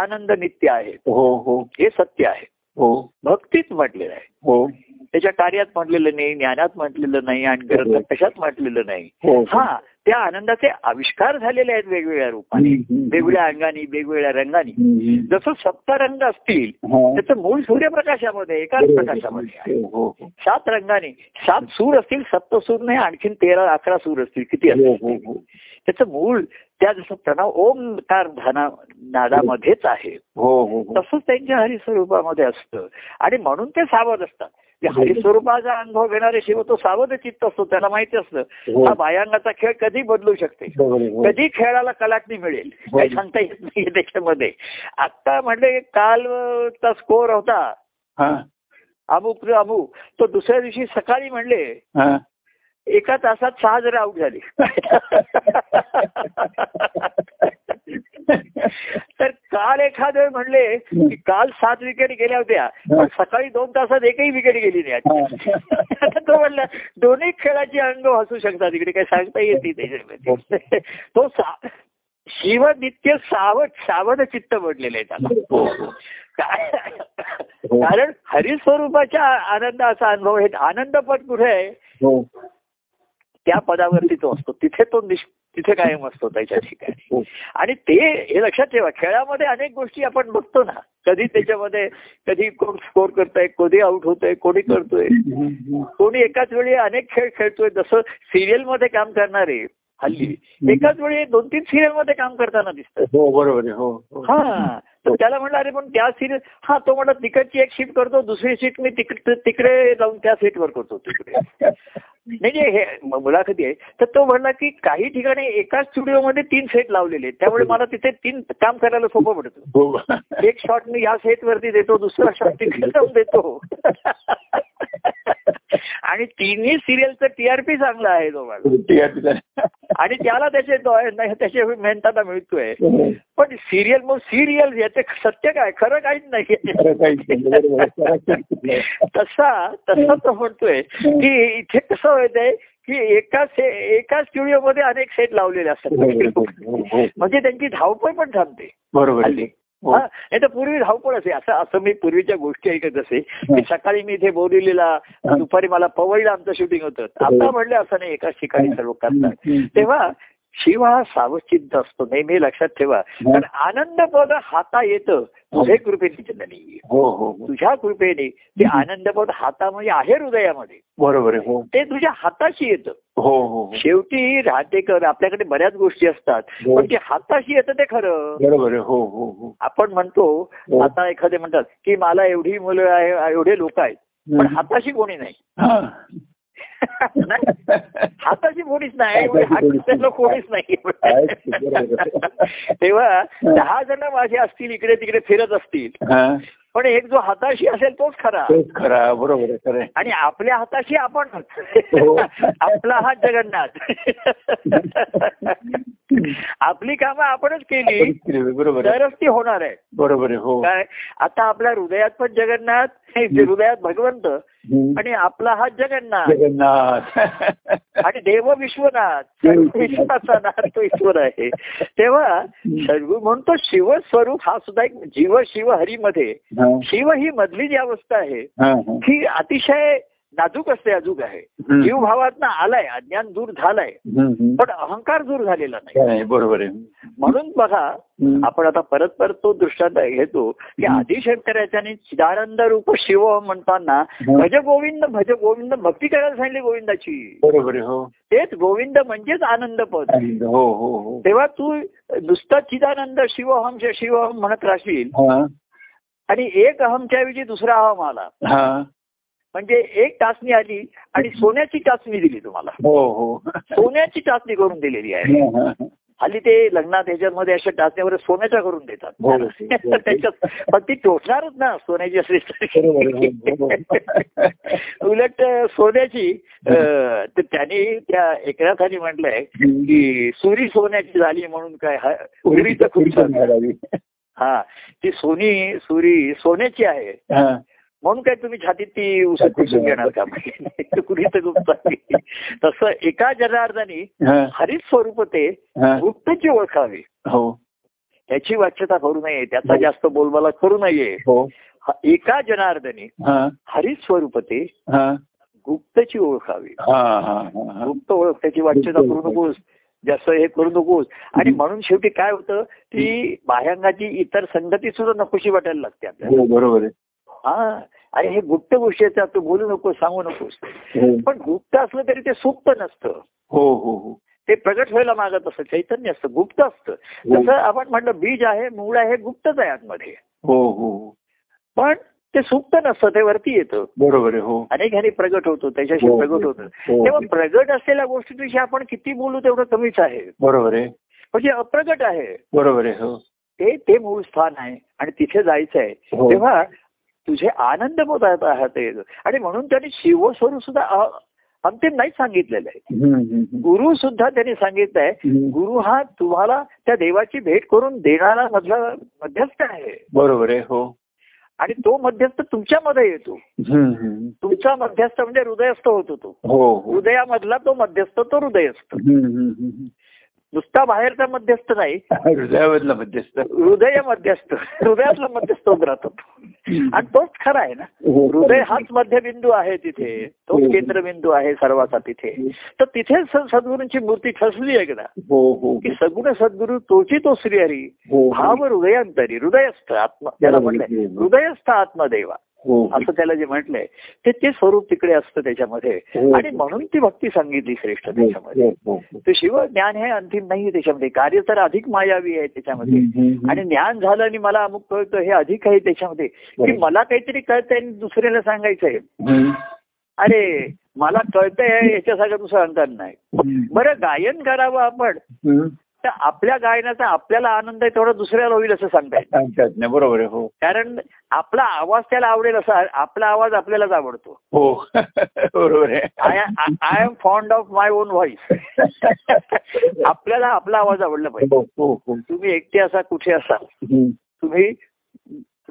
B: आनंद नित्य आहे
A: हो हो
B: हे सत्य आहे
A: हो
B: भक्तीत म्हटलेलं आहे
A: हो
B: त्याच्या कार्यात म्हटलेलं नाही ज्ञानात म्हटलेलं नाही आणि ग्रंथ कशात म्हटलेलं नाही
A: हो हो
B: हा त्या आनंदाचे आविष्कार झालेले आहेत वेगवेगळ्या रूपाने
A: हम्म, हम्म.
B: वेगवेगळ्या अंगाने वेगवेगळ्या रंगाने
A: हम्म.
B: जसं सप्तरंग असतील
A: हा.
B: त्याचं मूळ सूर्यप्रकाशामध्ये एकाच प्रकाशामध्ये आहे.
A: हो हो हो.
B: सात रंगाने सात सूर असतील सप्तसूर नाही आणखीन तेरा अकरा सूर असतील किती
A: हो
B: असतील
A: हो हो
B: त्याचं मूळ त्या जसं प्रणव ओंकार धाना नादामध्येच आहे
A: हो हो हो.
B: तसंच त्यांच्या हरिस्वरूपामध्ये असतं आणि म्हणून ते सावध असतात ते
A: हो.
B: हरिस्वरूपाचा अनुभव घेणारे शिव तो सावध चित्त असतो त्याला माहिती असतं
A: हो.
B: हा भायांगाचा खेळ कधी बदलू शकते
A: बरोबर आहे. हो.
B: कधी खेळाला कलाटणी मिळेल
A: हो.
B: काही सांगता येत नाही त्याच्यामध्ये आता म्हटले कालचा स्कोर होता
A: हा
B: अमुक रे अमुक तो दुसऱ्या दिवशी सकाळी म्हणले
A: हा
B: एका तासात सहा जर आऊट झाली तर काल एखाद वेळ म्हणले की काल सात विकेट गेल्या होत्या पण सकाळी दोन तासात एकही विकेट गेली नाही
A: हा.
B: आता तो म्हणला दोन्ही खेळाचे अनुभव असू शकतात इकडे काही सांगता येत नाही त्याच्यामध्ये तो सा- शिव नित्य सावध सावध चित्त म्हटलेलं आहे त्याला
A: हो हो
B: का- कारण हरिस्वरूपाच्या आनंदाचा अनुभव हे आनंदपद कुठे आहे
A: हो
B: त्या पदावरती तो असतो तिथे तो निश तिथे कायम असतो त्याच्या ठिकाणी
A: हो
B: आणि ते हे लक्षात ठेवा खेळामध्ये अनेक गोष्टी आपण बघतो ना कधी त्याच्यामध्ये कधी कोण स्कोर करतोय कधी आउट होतोय कोणी करतोय कोणी एकाच वेळी अनेक खेळ खेळतोय जसं सिरियल मध्ये काम करणारे हल्ली एकाच वेळी दोन तीन सिरियल मध्ये काम करताना दिसतात
A: हो बरोबर आहे. हो हो.
B: हा तर त्याला म्हणलं अरे पण त्या सीट हा तो म्हणला तिकडची एक सीट करतो दुसरी सीट मी तिकडे तिकडे जाऊन त्या सीटवर करतो तिकडे नाही नाही, हे म- मुलाखती आहे तर तो म्हणला की काही ठिकाणी एकाच स्टुडिओमध्ये तीन सेट लावलेले आहेत. त्यामुळे मला तिथे तीन काम करायला सोपं पडतं
A: हो
B: एक शॉट मी या सेट वरती देतो दुसरा शॉट तिकडे जाऊन देतो आणि तिन्ही सिरियलचं टीआरपी चांगलं आहे दोघांना
A: ठीक आहे, ठीक आहे.
B: आणि त्याला त्याचे डोळे- नाही, त्याचे मेहनताना मिळतोय पण सिरियल मग सिरियल याचे सत्य काय खरं काहीच नाही
A: खरं काहीच नाही. बरोबर आहे. हो, खरं काहीच नाही.
B: तसा तसा तो म्हणतोय की इथे कसं होतंय की एका से- एका स्टुडिओमध्ये अनेक सेट लावलेले
A: बरोबर आहे.
B: असतात
A: हो, हो.
B: म्हणजे त्यांची धावपळ पण थांबते
A: बरोबर
B: हल्ली
A: आहे. हो.
B: हा नाही तर पूर्वी धावपळ असे असं असं मी पूर्वीच्या गोष्टी ऐकत असे की सकाळी मी इथे बोरिवलीला दुपारी मला पवईला आमचं शूटिंग होतं
A: हो.
B: आता म्हणलं असं नाही एकाच ठिकाणी सर्व करतात तेव्हा
A: हो.
B: शिव हा सावचित्त असतो नेहमी लक्षात ठेवा कारण आनंद पद हाता येतं तुझे कृपेने जननी
A: हो हो हो.
B: तुझ्या कृपेने ते आनंदपद हातामध्ये आहे हृदयामध्ये
A: बरोबर आहे हो
B: ते तुझ्या हाताशी येतं
A: हो हो हो.
B: शेवटी राहते कर आपल्याकडे बऱ्याच गोष्टी असतात
A: हो.
B: पण ते हाताशी येतं ते खरं
A: बरोबर आहे हो हो हो
B: आपण म्हणतो
A: हो.
B: आता एखादे म्हणतात की मला एवढी मुलं आहे एवढे लोक आहेत पण
A: हम्म.
B: हाताशी कोणी नाही
A: हा.
B: नाही, हाताशी कोणीच नाही
A: हाताशी कोणीच
B: हातातलं
A: नाही.
B: कोणीच नाही
A: आहेत, बरोबर.
B: तेव्हा दहा जण माझे असतील इकडे तिकडे फिरत असतील
A: हा.
B: पण एक जो हाताशी असेल तोच खरा
A: तेच खरा बरोबर आहे खरं आहे.
B: आणि आपल्या हाताशी आपण
A: हो.
B: आपला हात जगन्नाथ आपली कामं आपणच केली
A: तेच खरं आहे, बरोबर आहे
B: तरच ती होणार आहे
A: बरोबर आहे हो
B: काय आता आपल्या हृदयात पण जगन्नाथ हे हृदयात भगवंत
A: हम्म.
B: आणि आपला हा जगन्नाथ
A: जगन्नाथ
B: आणि देव विश्वनाथ
A: देव
B: सर्व विश्वाचा नाथ तो ईश्वर आहे तेव्हा सर्व म्हणतो शिवस्वरूप हा सुद्धा एक जीव शिव हरीमध्ये
A: हा,
B: शिव ही मधली जी अवस्था आहे
A: हा, हा.
B: ही अतिशय नाजूक असते अजूक आहे
A: हम्म.
B: जीव भावातनं आलाय अज्ञान दूर झालाय
A: हम्म, हम्म.
B: पण अहंकार दूर झालेला नाही
A: खरं आहे, बरोबर आहे
B: म्हणून बघा
A: हम्म.
B: आपण आता परत परत तो दृष्टांत घेतो की
A: हं.
B: आधी शंकराच्याने चिदानंद रूप शिव म्हणताना
A: हं.
B: भज गोविंद भज गोविंद भक्ती करायला सांगितली गोविंदाची
A: बरोबर आहे हो
B: तेच गोविंद म्हणजेच आनंद पद
A: आनंद, हो हो हो
B: तेव्हा तू नुसता चिदानंद शिवहम शिवहम म्हणत राहशील
A: हा
B: आणि एक अहमच्या ऐवजी दुसरा अहम आला
A: हा
B: म्हणजे एक टाचणी आली आणि सोन्याची टाचणी दिली तुम्हाला
A: हो हो
B: सोन्याची टाचणी करून दिलेली आहे
A: हा, हा, हा.
B: हल्ली ते लग्नात ह्याच्यामध्ये अशा टाचण्यावर सोन्याच्या करून देतात
A: हो.
B: त्याच्यात पण ती टोचणारच ना सोन्याची असली तरी.
A: बरोबर आहे, हो, हो.
B: उलट अं, सोन्याची अं, तर त्यांनी त्या एकनाथाने म्हटलंय
A: हम्म.
B: की सुरी सोन्याची झाली म्हणून काय हा- सुरी तर खूप
A: उरी
B: छान.
A: घालावी.
B: हा ती सोनी सुरी सोन्याची आहे
A: हा.
B: म्हणून काय तुम्ही छातीत ती उसत कुसून घेणार का म्हणजे कुणी तर खूप चांगली. तसं एका जनार्दानी
A: हा,
B: हरित स्वरूप ते
A: हा.
B: गुप्तची ओळखावी
A: हो
B: त्याची वाच्यता करू नये त्याचा
A: हो.
B: जास्त बोलबाला करू नये
A: हो
B: ह- एका जनार्दने
A: हा
B: हरिस्वरूपते
A: हा
B: गुप्तची ओळखावी
A: हा हा हा, हा.
B: गुप्त ओळख त्याची वाच्यता
A: गुप्त
B: करू नकोस जास्त हे करू नकोस आणि म्हणून शेवटी काय होतं ती बाह्यांगाची इतर संगती सुद्धा नकोशी वाटायला लागते आपल्याला
A: हो बरोबर आहे
B: हा अरे हे गुप्त गोष्टी आहेत तू बोलू नकोस सांगू नकोस
A: हो
B: पण गुप्त असलं तरी ते सुप्त नसतं
A: हो हो हो
B: ते प्रगट व्हायला मागत असतं चैतन्य असतं गुप्त असतं
A: हो.
B: जसं आपण म्हटलं बीज आहे मूळ आहे गुप्तच आहे आतमध्ये
A: हो हो हो.
B: पण ते सुप्त नसतं ते वरती येतं
A: बरोबर आहे हो
B: अनेकांनी प्रगट होतो त्याच्याशी
A: हो.
B: प्रगट होतं
A: हो.
B: तेव्हा प्रगट असलेल्या गोष्टीविषयी आपण किती बोलू तेवढं कमीच आहे
A: बरोबर आहे
B: म्हणजे अप्रगट आहे
A: बरोबर आहे हो
B: ते ते मूळ स्थान आहे आणि तिथे जायचं आहे
A: हो.
B: तेव्हा तुझे आनंद होत आहेत आहात हे. आणि म्हणून त्यांनी शिवस्वरूप सुद्धा अ- अंतिम नाही सांगितलेलं आहे
A: हम्म, हम्म, हम्म.
B: गुरु सुद्धा त्यांनी सांगितलंय
A: हम्म.
B: गुरु हा तुम्हाला त्या देवाची भेट करून देणारा मधला मध्यस्थ आहे
A: बरोबर आहे हो
B: आणि तो मध्यस्थ तुमच्यामध्ये येतो
A: हम्म, हम्म.
B: तुमचा मध्यस्थ म्हणजे हृदयस्थ होतो तो
A: हो हो
B: हृदयामधला तो मध्यस्थ तो हृदयस्थ
A: हम्म, हम्म, हम्म.
B: नुसता बाहेरचा मध्यस्थ नाही
A: हृदयामधला मध्यस्थ
B: हृदय मध्यस्थ हृदयातला मध्यस्थ होत राहतो आणि तोच खरा आहे ना
A: हो.
B: हृदय हाच मध्यबिंदू आहे तिथे तोच केंद्रबिंदू आहे सर्वाचा तिथे तर तिथेच स- सद्गुरूंची मूर्ती ठसली एकदा
A: हो हो
B: की सगुण सद्गुरू तोची तो श्रीहरी
A: हो
B: भाव हृदयांतरी हृदयस्थ आत्मा त्याला म्हटलंय हृदयस्थ आत्मदेवा
A: हो
B: असं त्याला जे म्हटलंय ते ते स्वरूप तिकडे असतं त्याच्यामध्ये
A: हो.
B: आणि म्हणून ती भक्ती सांगितली श्रेष्ठ त्याच्यामध्ये
A: हो, हो, हो.
B: ते शिव ज्ञान हे अंतिम नाही त्याच्यामध्ये कार्य तर अधिक मायावी आहे त्याच्यामध्ये
A: हम्म, हम्म,
B: आणि ज्ञान झालं आणि मला अमुक कळतं हे अधिक आहे त्याच्यामध्ये की
A: बरोबर.
B: मला काहीतरी कळतंय आणि दुसऱ्याला सांगायचंय
A: हम्म.
B: अरे मला कळतंय याच्यासारखं तू सांगणार नाही
A: हम्म.
B: बरं गायन करावं आपण
A: हम्म.
B: तर आपल्या गायनाचा आपल्याला आनंद आहे तेवढा दुसऱ्याला होईल असं सांगता येईल
A: सांगतात ना बरोबर आहे हो
B: कारण आपला आवाज त्याला आवडेल असा आपला आवाज आपल्यालाच आवडतो
A: हो बरोबर आहे
B: I I am fond of my own voice आपल्याला आपला आवाज आवडला पाहिजे
A: हो हो हो
B: तुम्ही एकटे असा कुठे असाल
A: हम्म.
B: तुम्ही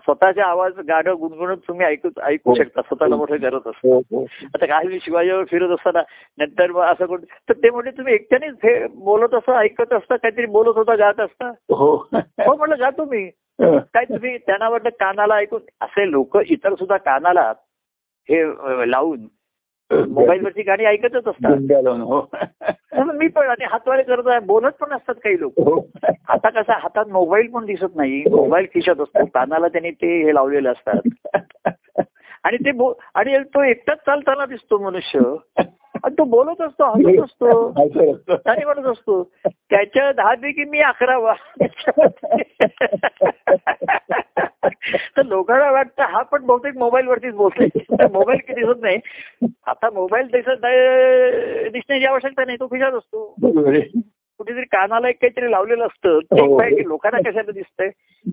B: स्वतःचा आवाज गाणं गुणगुणत तुम्ही ऐकू ऐकू
A: हो.
B: शकता स्वतःला मोठं करत असता
A: हो हो
B: आता काही मी शिवाजीवर फिरत असताना नंतर मग असं कोण तर ते म्हणजे तुम्ही एकट्यानेच हे बोलत असता ऐकत असता काहीतरी बोलत होता गात असता
A: हो
B: हो म्हटलं जातो मी
A: हं.
B: काय तुम्ही त्यांना वाटलं कानाला ऐकून असे लोक इतर सुद्धा कानाला हे अ, लावून मोबाईल वरची गाणी ऐकतच असतात
A: गुंड्या लावून, हो
B: म्हणून मी पण आणि हातवारे करत आहे बोलत पण असतात काही लोक
A: हो
B: आता कसा हातात मोबाईल पण दिसत नाही मोबाईल खिशात असतो कानाला त्यांनी ते हे लावलेलं असतात आणि ते बो आणि तो एकटाच चालताना दिसतो मनुष्य आणि तो बोलत असतो हसत असतो
A: असं असतं.
B: आणि म्हणत असतो त्याच्या दहा पैकी मी अकरावा तर लोकांना वाटतं हा पण बहुतेक मोबाईल वरतीच बोलतोय मोबाईल काही दिसत नाही आता मोबाईल दिसत नाही- दिसण्याची आवश्यकता नाही तो खिशात असतो
A: बरोबर आहे
B: कुठेतरी कानाला एक काहीतरी लावलेलं असतं ते
A: हो.
B: काय की लोकांना कशाला दिसतंय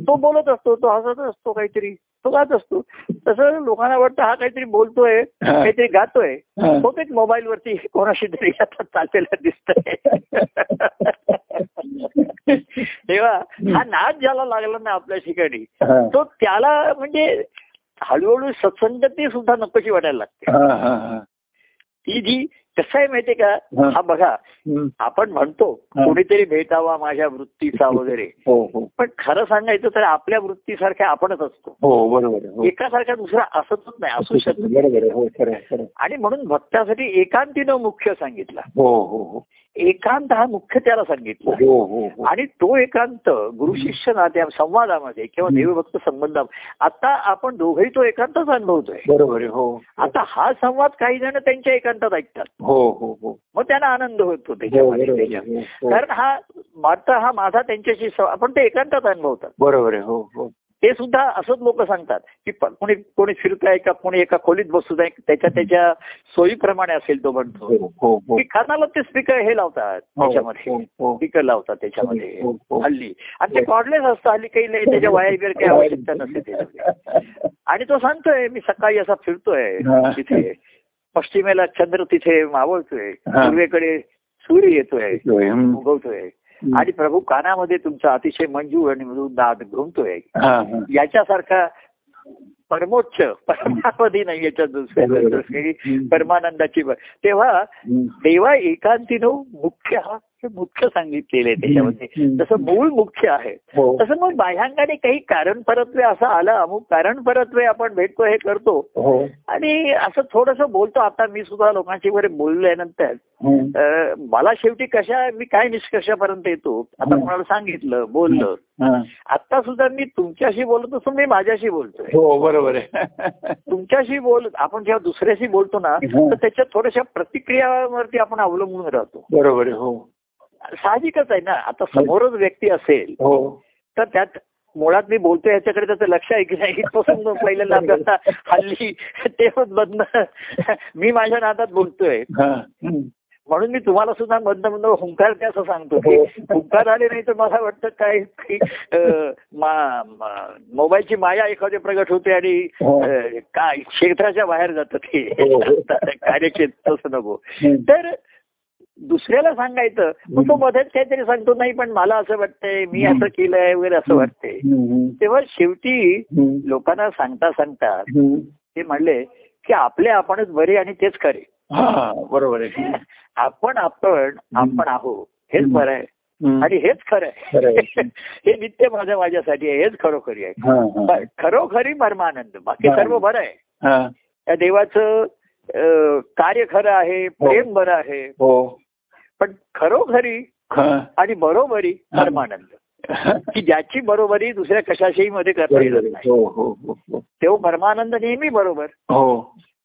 B: तो बोलत असतो तो हसत असतो काहीतरी तो गात असतो तसं लोकांना वाटतं हा काहीतरी बोलतोय
A: हा.
B: काहीतरी गातोय
A: हा.
B: बहुतेक मोबाईल वरती कोणाशी तरी आता चाललेला दिसतंय तेव्हा हा नाद ज्याला लागला ना आपल्या ठिकाणी
A: हा.
B: तो त्याला म्हणजे हळूहळू सत्संगती सुद्धा नकोशी वाटायला लागते
A: हा, हा, हा.
B: ती जी कसं आहे माहितीये का
A: हा.
B: हा बघा
A: हम्म.
B: आपण म्हणतो
A: हा.
B: कोणीतरी भेटावा माझ्या वृत्तीचा वगैरे
A: हो हो
B: पण खरं सांगायचं तर आपल्या वृत्तीसारख्या आपणच असतो
A: हो बरोबर आहे,
B: एकासारखा दुसरा असतच नाही
A: हो.
B: असू शकत नाही.
A: बरोबर आहे, हो खरं आहे, खरं आहे.
B: आणि म्हणून भक्तासाठी एकांतीनं मुख्य सांगितला
A: हो हो हो
B: एकांत हा मुख्य त्याला सांगितला
A: हो हो हो
B: आणि तो एकांत गुरु शिष्य नात्या संवादामध्ये किंवा
A: हं.
B: देवभक्त संबंधामध्ये आता आपण दोघही तो एकांतच अनुभवतोय
A: बरोबर आहे, हो
B: आता हा संवाद काही जण त्यांच्या एकांतात ऐकतात
A: हो हो हो
B: मग त्यांना आनंद
A: बरोबर
B: होतो त्याच्यामध्ये
A: आहे,
B: त्याच्या
A: हो, हो.
B: कारण हा मात्र हा माझा त्यांच्याशी संवाद- आपण ते एकांतात अनुभवतात
A: बरोबर आहे हो हो
B: ते सुद्धा असंच लोक सांगतात की प- कोणी कोणी फिरताय का कोणी एका खोलीत बसूत आहे त्याच्या त्याच्या सोयीप्रमाणे असेल तो म्हणतो
A: हो हो हो
B: की कानाला ते स्पीकर हे लावतात त्याच्यामध्ये
A: हो,
B: स्पीकर लावतात त्याच्यामध्ये
A: हो, हो.
B: हल्ली आणि ते कॉर्डलेस असतं हल्ली काही नाही त्याच्या वायर वगैरे काही आवश्यकता नसते त्याच्यामध्ये आणि तो सांगतोय मी सकाळी असा फिरतोय
A: हा.
B: तिथे पश्चिमेला चंद्र तिथे मावळतोय
A: हा.
B: पूर्वेकडे सूर्य येतोय
A: हो. हम्म.
B: उगवतोय
A: हम्म.
B: आणि प्रभू कानामध्ये तुमचा अतिशय मंजूर आणि मृदू नाद घुमतोय
A: हा, हा.
B: याच्यासारखा परमोच्च परमापदी नाही याच्यात दुसऱ्या दुसरी
A: हम्म.
B: परमानंदाची ब- तेव्हा
A: हम्म.
B: तेव्हा एकांतीनो मुख्य हा हे मुख्य सांगितलेले आहे त्याच्यामध्ये
A: हम्म.
B: जसं मूळ मुख्य आहे
A: हो
B: तसं मग बाह्यांगाने काही कारण परत्वे असं आलं अमुक कारण परत्वे आपण भेटतो हे करतो
A: हो
B: आणि असं थोडस बोलतो आता मी सुद्धा लोकांशी वगैरे बोलल्यानंतर
A: हम्म.
B: अं, मला शेवटी कशा मी काय निष्कर्षापर्यंत येतो आता
A: हं.
B: कोणाला सांगितलं बोललं
A: हा.
B: आता सुद्धा मी तुमच्याशी बोलत असून मी माझ्याशी बोलतोय
A: हो बरोबर आहे
B: तुमच्याशी बोल आपण जेव्हा दुसऱ्याशी बोलतो ना
A: हं.
B: तर त्याच्या थोड्याशा प्रतिक्रियावरती आपण अवलंबून राहतो
A: बरोबर आहे हो
B: साहजिकच आहे ना आता समोरच व्यक्ती असेल
A: हो
B: तर त्यात मुळात मी बोलतोय याच्याकडे त्याचं लक्ष आहे की नाही इथपासून पहिल्यांदा आपल्याला हल्ली ते बदन मी माझ्या नादात बोलतोय
A: हा. हम्म.
B: म्हणून मी तुम्हाला सुद्धा मधन मधन हुंकार द्या असं सांगतो
A: हो.
B: की हुंकार आले नाही तर मला वाटतं काय की, अं, मा- मा- मोबाईलची माया एखादी प्रगट होते आणि
A: हो.
B: अं, काय क्षेत्राच्या बाहेर जातं ते
A: हो.
B: कार्यक्षेत्र तसं नको
A: हम्म.
B: तर दुसऱ्याला सांगायचं मग तो मध्येच काहीतरी सांगतो नाही पण मला असं वाटतंय मी असं केलंय वगैरे असं वाटतंय
A: हम्म.
B: तेव्हा शेवटी
A: हम्म.
B: लोकांना सांगता सांगता
A: हम्म.
B: ते म्हणले की आपले आपणच बरे आणि तेच खरे
A: हा बरोबर आहे
B: आपण आपण आपण आहो हेच बरं आहे
A: हम्म.
B: आणि हेच खरं
A: खरं
B: आहे हे नित्य माझं माझ्यासाठी आहे हेच खरोखरी आहे
A: हा, हा.
B: प- खरोखरी परमानंद बाकी
A: हा.
B: सर्व बरं आहे
A: हा.
B: त्या देवाचं अं, कार्य खरं आहे प्रेम बरं आहे
A: हो
B: पण खरोखरी
A: हा.
B: आणि बरोबरी
A: हा.
B: परमानंद की ज्याची बरोबरी दुसऱ्या कशाशाही मध्ये करता
A: बरोबर
B: येत
A: आहे.
B: नाही
A: हो हो हो हो
B: तेव्हा परमानंद नेहमी बरोबर
A: हो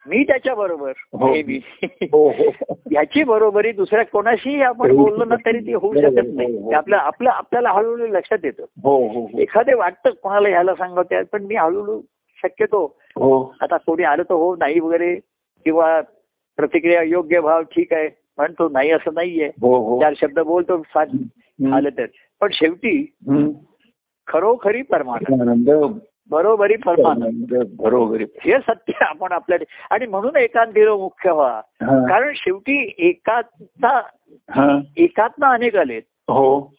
B: मी त्याच्या बरोबर
A: हो.
B: नेहमी
A: हो हो
B: याची बरोबरी दुसऱ्या कोणाशीही आपण
A: होऊ
B: बोललो ना
A: शकत
B: तरी
A: नाही.
B: ती होऊ
A: बरोबर,
B: शकत नाही
A: हो, हो.
B: ते आपलं आपलं आपल्याला हळूहळू लक्षात येतं
A: हो हो हो.
B: एखादे वाटतं कोणाला ह्याला सांगत आहे पण मी हळूहळू शक्यतो
A: हो
B: आता कोणी आलं तर हो नाही वगैरे किंवा प्रतिक्रिया योग्य भाव ठीक आहे म्हणतो नाही असं नाहीये
A: हो हो
B: चार शब्द बोलतो सांग
A: हम्म.
B: आलं तर पण शेवटी
A: हम्म.
B: खरोखरी परमानंद
A: आनंद
B: बरोबरी
A: हो
B: परमानंद
A: आनंद बरोबर आहे.
B: हे सत्य आपण आपल्या आणि म्हणून एकांतीरो मुख्य व्हा
A: हा,
B: कारण शेवटी एकाचा
A: हा.
B: एकातनं अनेक आलेत
A: हो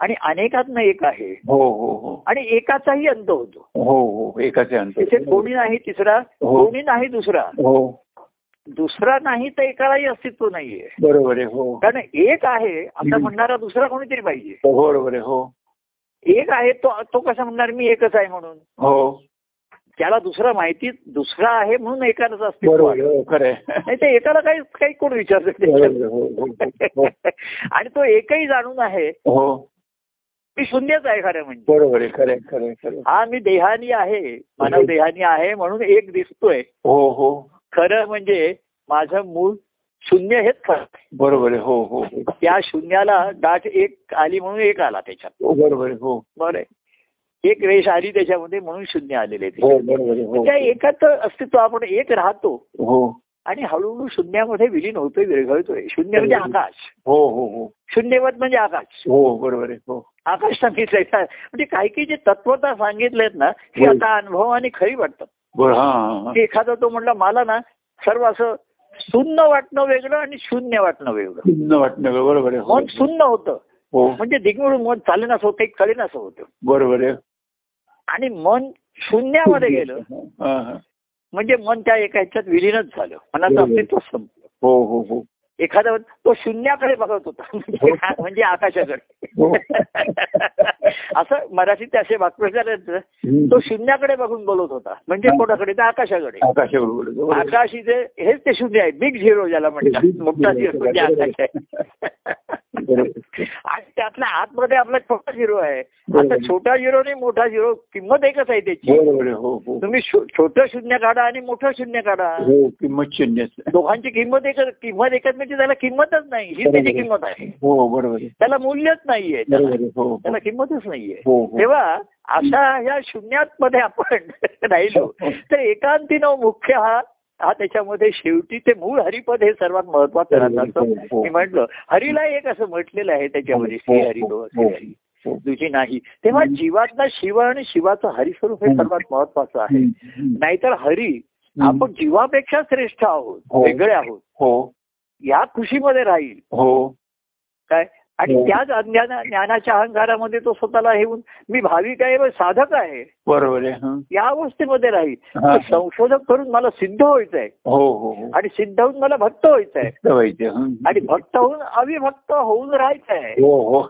B: आणि अनेकातनं एक आहे
A: हो हो हो
B: आणि एकाचाही अंत होतो
A: हो हो एकाचे अंतर
B: तिथे कोणी नाही तिसरा
A: हो.
B: कोणी नाही दुसरा
A: हो
B: दुसरा नाही तर एकालाही अस्तित्व नाहीये
A: बरोबर आहे हो
B: कारण एक आहे आता
A: हम्म.
B: म्हणणारा दुसरा कोणीतरी पाहिजे
A: बरोबर आहे हो
B: एक आहे तो तो कसा म्हणणार मी एकच आहे म्हणून
A: हो
B: त्याला दुसरा माहिती दुसरा आहे म्हणून एकालाच अस्तित्व
A: बरोबर
B: आहे
A: हो, खरं आहे.
B: नाही ते एकाला काही काही कोण विचारत
A: बरोबर, हो, हो, हो,
B: आणि तो एकही जाणून आहे
A: हो
B: मी शून्यच आहे खरं म्हणजे
A: बरोबर आहे खरं आहे, खरं आहे, खरं आहे.
B: हा मी देहानी आहे मानव देहानी आहे म्हणून एक दिसतोय
A: हो हो
B: खरं म्हणजे माझं मूळ शून्य हेच खरं आहे.
A: बरोबर आहे हो हो हो.
B: त्या शून्याला दाट एक आली म्हणून एक आला त्याच्यात
A: हो बरोबर आहे हो
B: बरं आहे. एक रेष आली त्याच्यामध्ये म्हणून शून्य आलेले ते
A: हो बरोबर आहे हो
B: त्या एकाच अस्तित्व आपण एक राहतो
A: हो
B: आणि हळूहळू शून्यामध्ये विलीन होतोय विरघळतोय शून्य म्हणजे आकाश
A: हो हो हो
B: शून्यवत म्हणजे आकाश
A: हो बरोबर आहे हो
B: आकाश सांगितलंय का? म्हणजे काही काही जे तत्वता सांगितलेत ना हे
A: हो.
B: आता अनुभवाने खरी वाटतात
A: बरं हा, हा हा.
B: की एखादा तो म्हणला मला ना सर्व असं शून्य वाटणं वेगळं आणि शून्य वाटणं वेगळं
A: शून्य वाटणं का? बरोबर आहे
B: मन
A: हो.
B: शून्य होतं
A: हो
B: म्हणजे दिग्मिळून मन चालेन असं होतं एक कळेन असं होतं
A: बरोबर आहे
B: आणि मन शून्यामध्ये गेलं
A: हा, हा.
B: म्हणजे मन त्या एका ह्याच्यात विलीनच झालं मनाचं
A: बरोबर.
B: अस्तित्व संपलं
A: हो हो हो
B: एखादा म्हणतो, तो शून्याकडे बघत होता म्हणजे
A: हो.
B: आकाशाकडे असं मराठीत असे वाक्य झाले तो
A: हम्म.
B: शून्याकडे बघून बोलत होता म्हणजे कोणाकडे तर आकाशाकडे
A: आकाशाबरोबर बरोबर आहे.
B: आकाश इथे हेच ते शून्य आहे बिग झिरो ज्याला म्हणतात
A: Big
B: मोठा
A: zero.
B: झिरो म्हणजे आकाश आहे
A: बरोबर आहे.
B: आणि त्यातल्या आतमध्ये आपला छोटा झिरो आहे आता
A: बरोबर.
B: छोटा झिरो आणि मोठा झिरो किंमत एकच आहे त्याची
A: बरोबर आहे हो हो
B: तुम्ही शो- छोटं शून्य काढा आणि मोठं शून्य काढा
A: हो किंमत शून्य असते.
B: दोघांची किंमत एकच किंमत एकच म्हणजे त्याला किंमतच नाही ही
A: बरोबर
B: त्याची
A: आहे.
B: किंमत आहे
A: हो बरोबर आहे
B: त्याला मूल्यच नाहीये त्याला
A: बरोबर आहे. हो हो.
B: त्याला किंमतच नाहीये
A: हो हो
B: तेव्हा अशा ह्या शून्यात मध्ये आपण राहिलो
A: हो,
B: तर एकांतीनं मुख्य हा हा त्याच्यामध्ये शेवटी ते मूळ हरिपद हे सर्वात महत्वाचं
A: बरोबर
B: राहतं
A: आहे.
B: असं
A: हो,
B: मी म्हटलं हरीला एक असं म्हटलेलं आहे त्याच्यामध्ये श्री हरी
A: हो,
B: गो
A: हो,
B: श्री
A: हो.
B: हरी तुझी नाही तेव्हा जीवातला शिव आणि शिवाचं हरिस्वरूप हे
A: हम्म.
B: सर्वात महत्वाचं आहे
A: हम्म, हम्म.
B: नाहीतर हरी
A: हम्म.
B: आपण जीवापेक्षा श्रेष्ठ आहोत
A: हो.
B: वेगळे आहोत
A: हो
B: या खुशीमध्ये राहील
A: हो
B: काय आणि
A: हो.
B: त्याच अज्ञान ज्ञानाच्या अहंकारामध्ये तो स्वतःला हेऊन मी भाविक आहे व साधक आहे
A: बरोबर आहे हं.
B: या अवस्थेमध्ये राहील
A: हा.
B: तर संशोधक करून मला सिद्ध व्हायचंय
A: हो हो हो
B: आणि सिद्ध होऊन मला भक्त व्हायचंय
A: सवयीचे, हं.
B: आणि भक्त होऊन अविभक्त होऊन राहायचंय
A: हो हो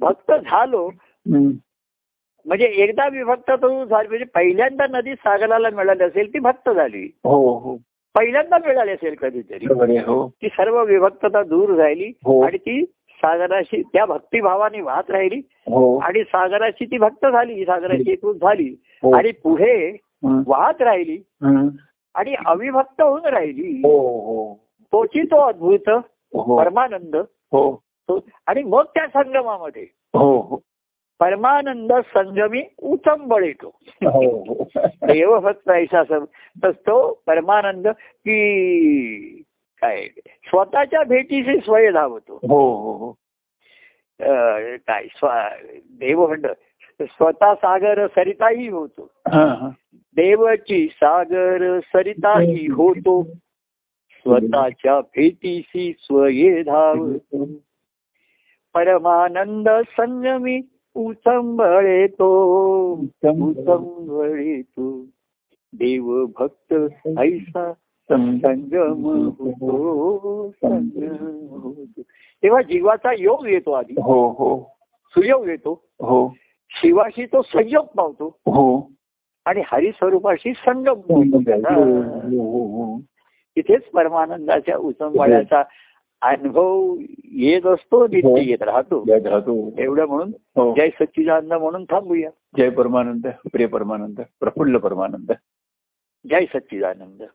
B: भक्त झालो
A: हं.
B: म्हणजे एकदा विभक्त तर झाली म्हणजे पहिल्यांदा नदी सागराला मिळाली असेल ती भक्त झाली
A: हो हो
B: पहिल्यांदा मिळाली असेल कधीतरी
A: बरोबर आहे हो
B: ती सर्व विभक्तता दूर झाली
A: हो.
B: आणि ती सागराशी त्या भक्तिभावाने वाहत राहिली
A: हो
B: आणि सागराची ती भक्त झाली सागराची एकूण झाली
A: हो.
B: आणि पुढे
A: हं.
B: वाहत राहिली
A: हं.
B: आणि अविभक्त होऊन राहिली
A: हो हो
B: तोची तो अद्भुत
A: हो
B: परमानंद
A: हो
B: तो आणि मग त्या संगमामध्ये
A: हो हो
B: परमानंद संगमी उचंबळ येतो
A: हो हो
B: देव भक्त ऐसा सं- तर तो परमानंद की काय स्वतःच्या भेटीशी स्वय धावतो
A: हो हो
B: अं, काय स्व- देव म्हणत स्वतः सागर सरिताही होतो
A: हं, हं.
B: देवची सागर सरिताही होतो स्वतःच्या भेटीशी स्वये धाव परमानंद संयमी उचंबळे तो उचंबळे तो देव भक्त ऐसा संगम होतो संगम होतो तेव्हा जीवाचा योग येतो आधी
A: हो हो
B: सुयोग येतो
A: हो
B: शिवाशी तो संयोग पावतो
A: हो
B: आणि हरिस्वरूपाशी संगम
A: हो
B: होतो त्याचा.
A: हो हो
B: तिथेच परमानंदाच्या उचंबळ्याचा अनुभव येत असतो
A: हो.
B: नित्य येत राहतो
A: जय धातू
B: एवढं म्हणून
A: हो
B: जय सच्चिदानंद म्हणून थांबूया
A: जय परमानंद प्रिय परमानंद प्रफुल्ल परमानंद
B: जय सच्चिदानंद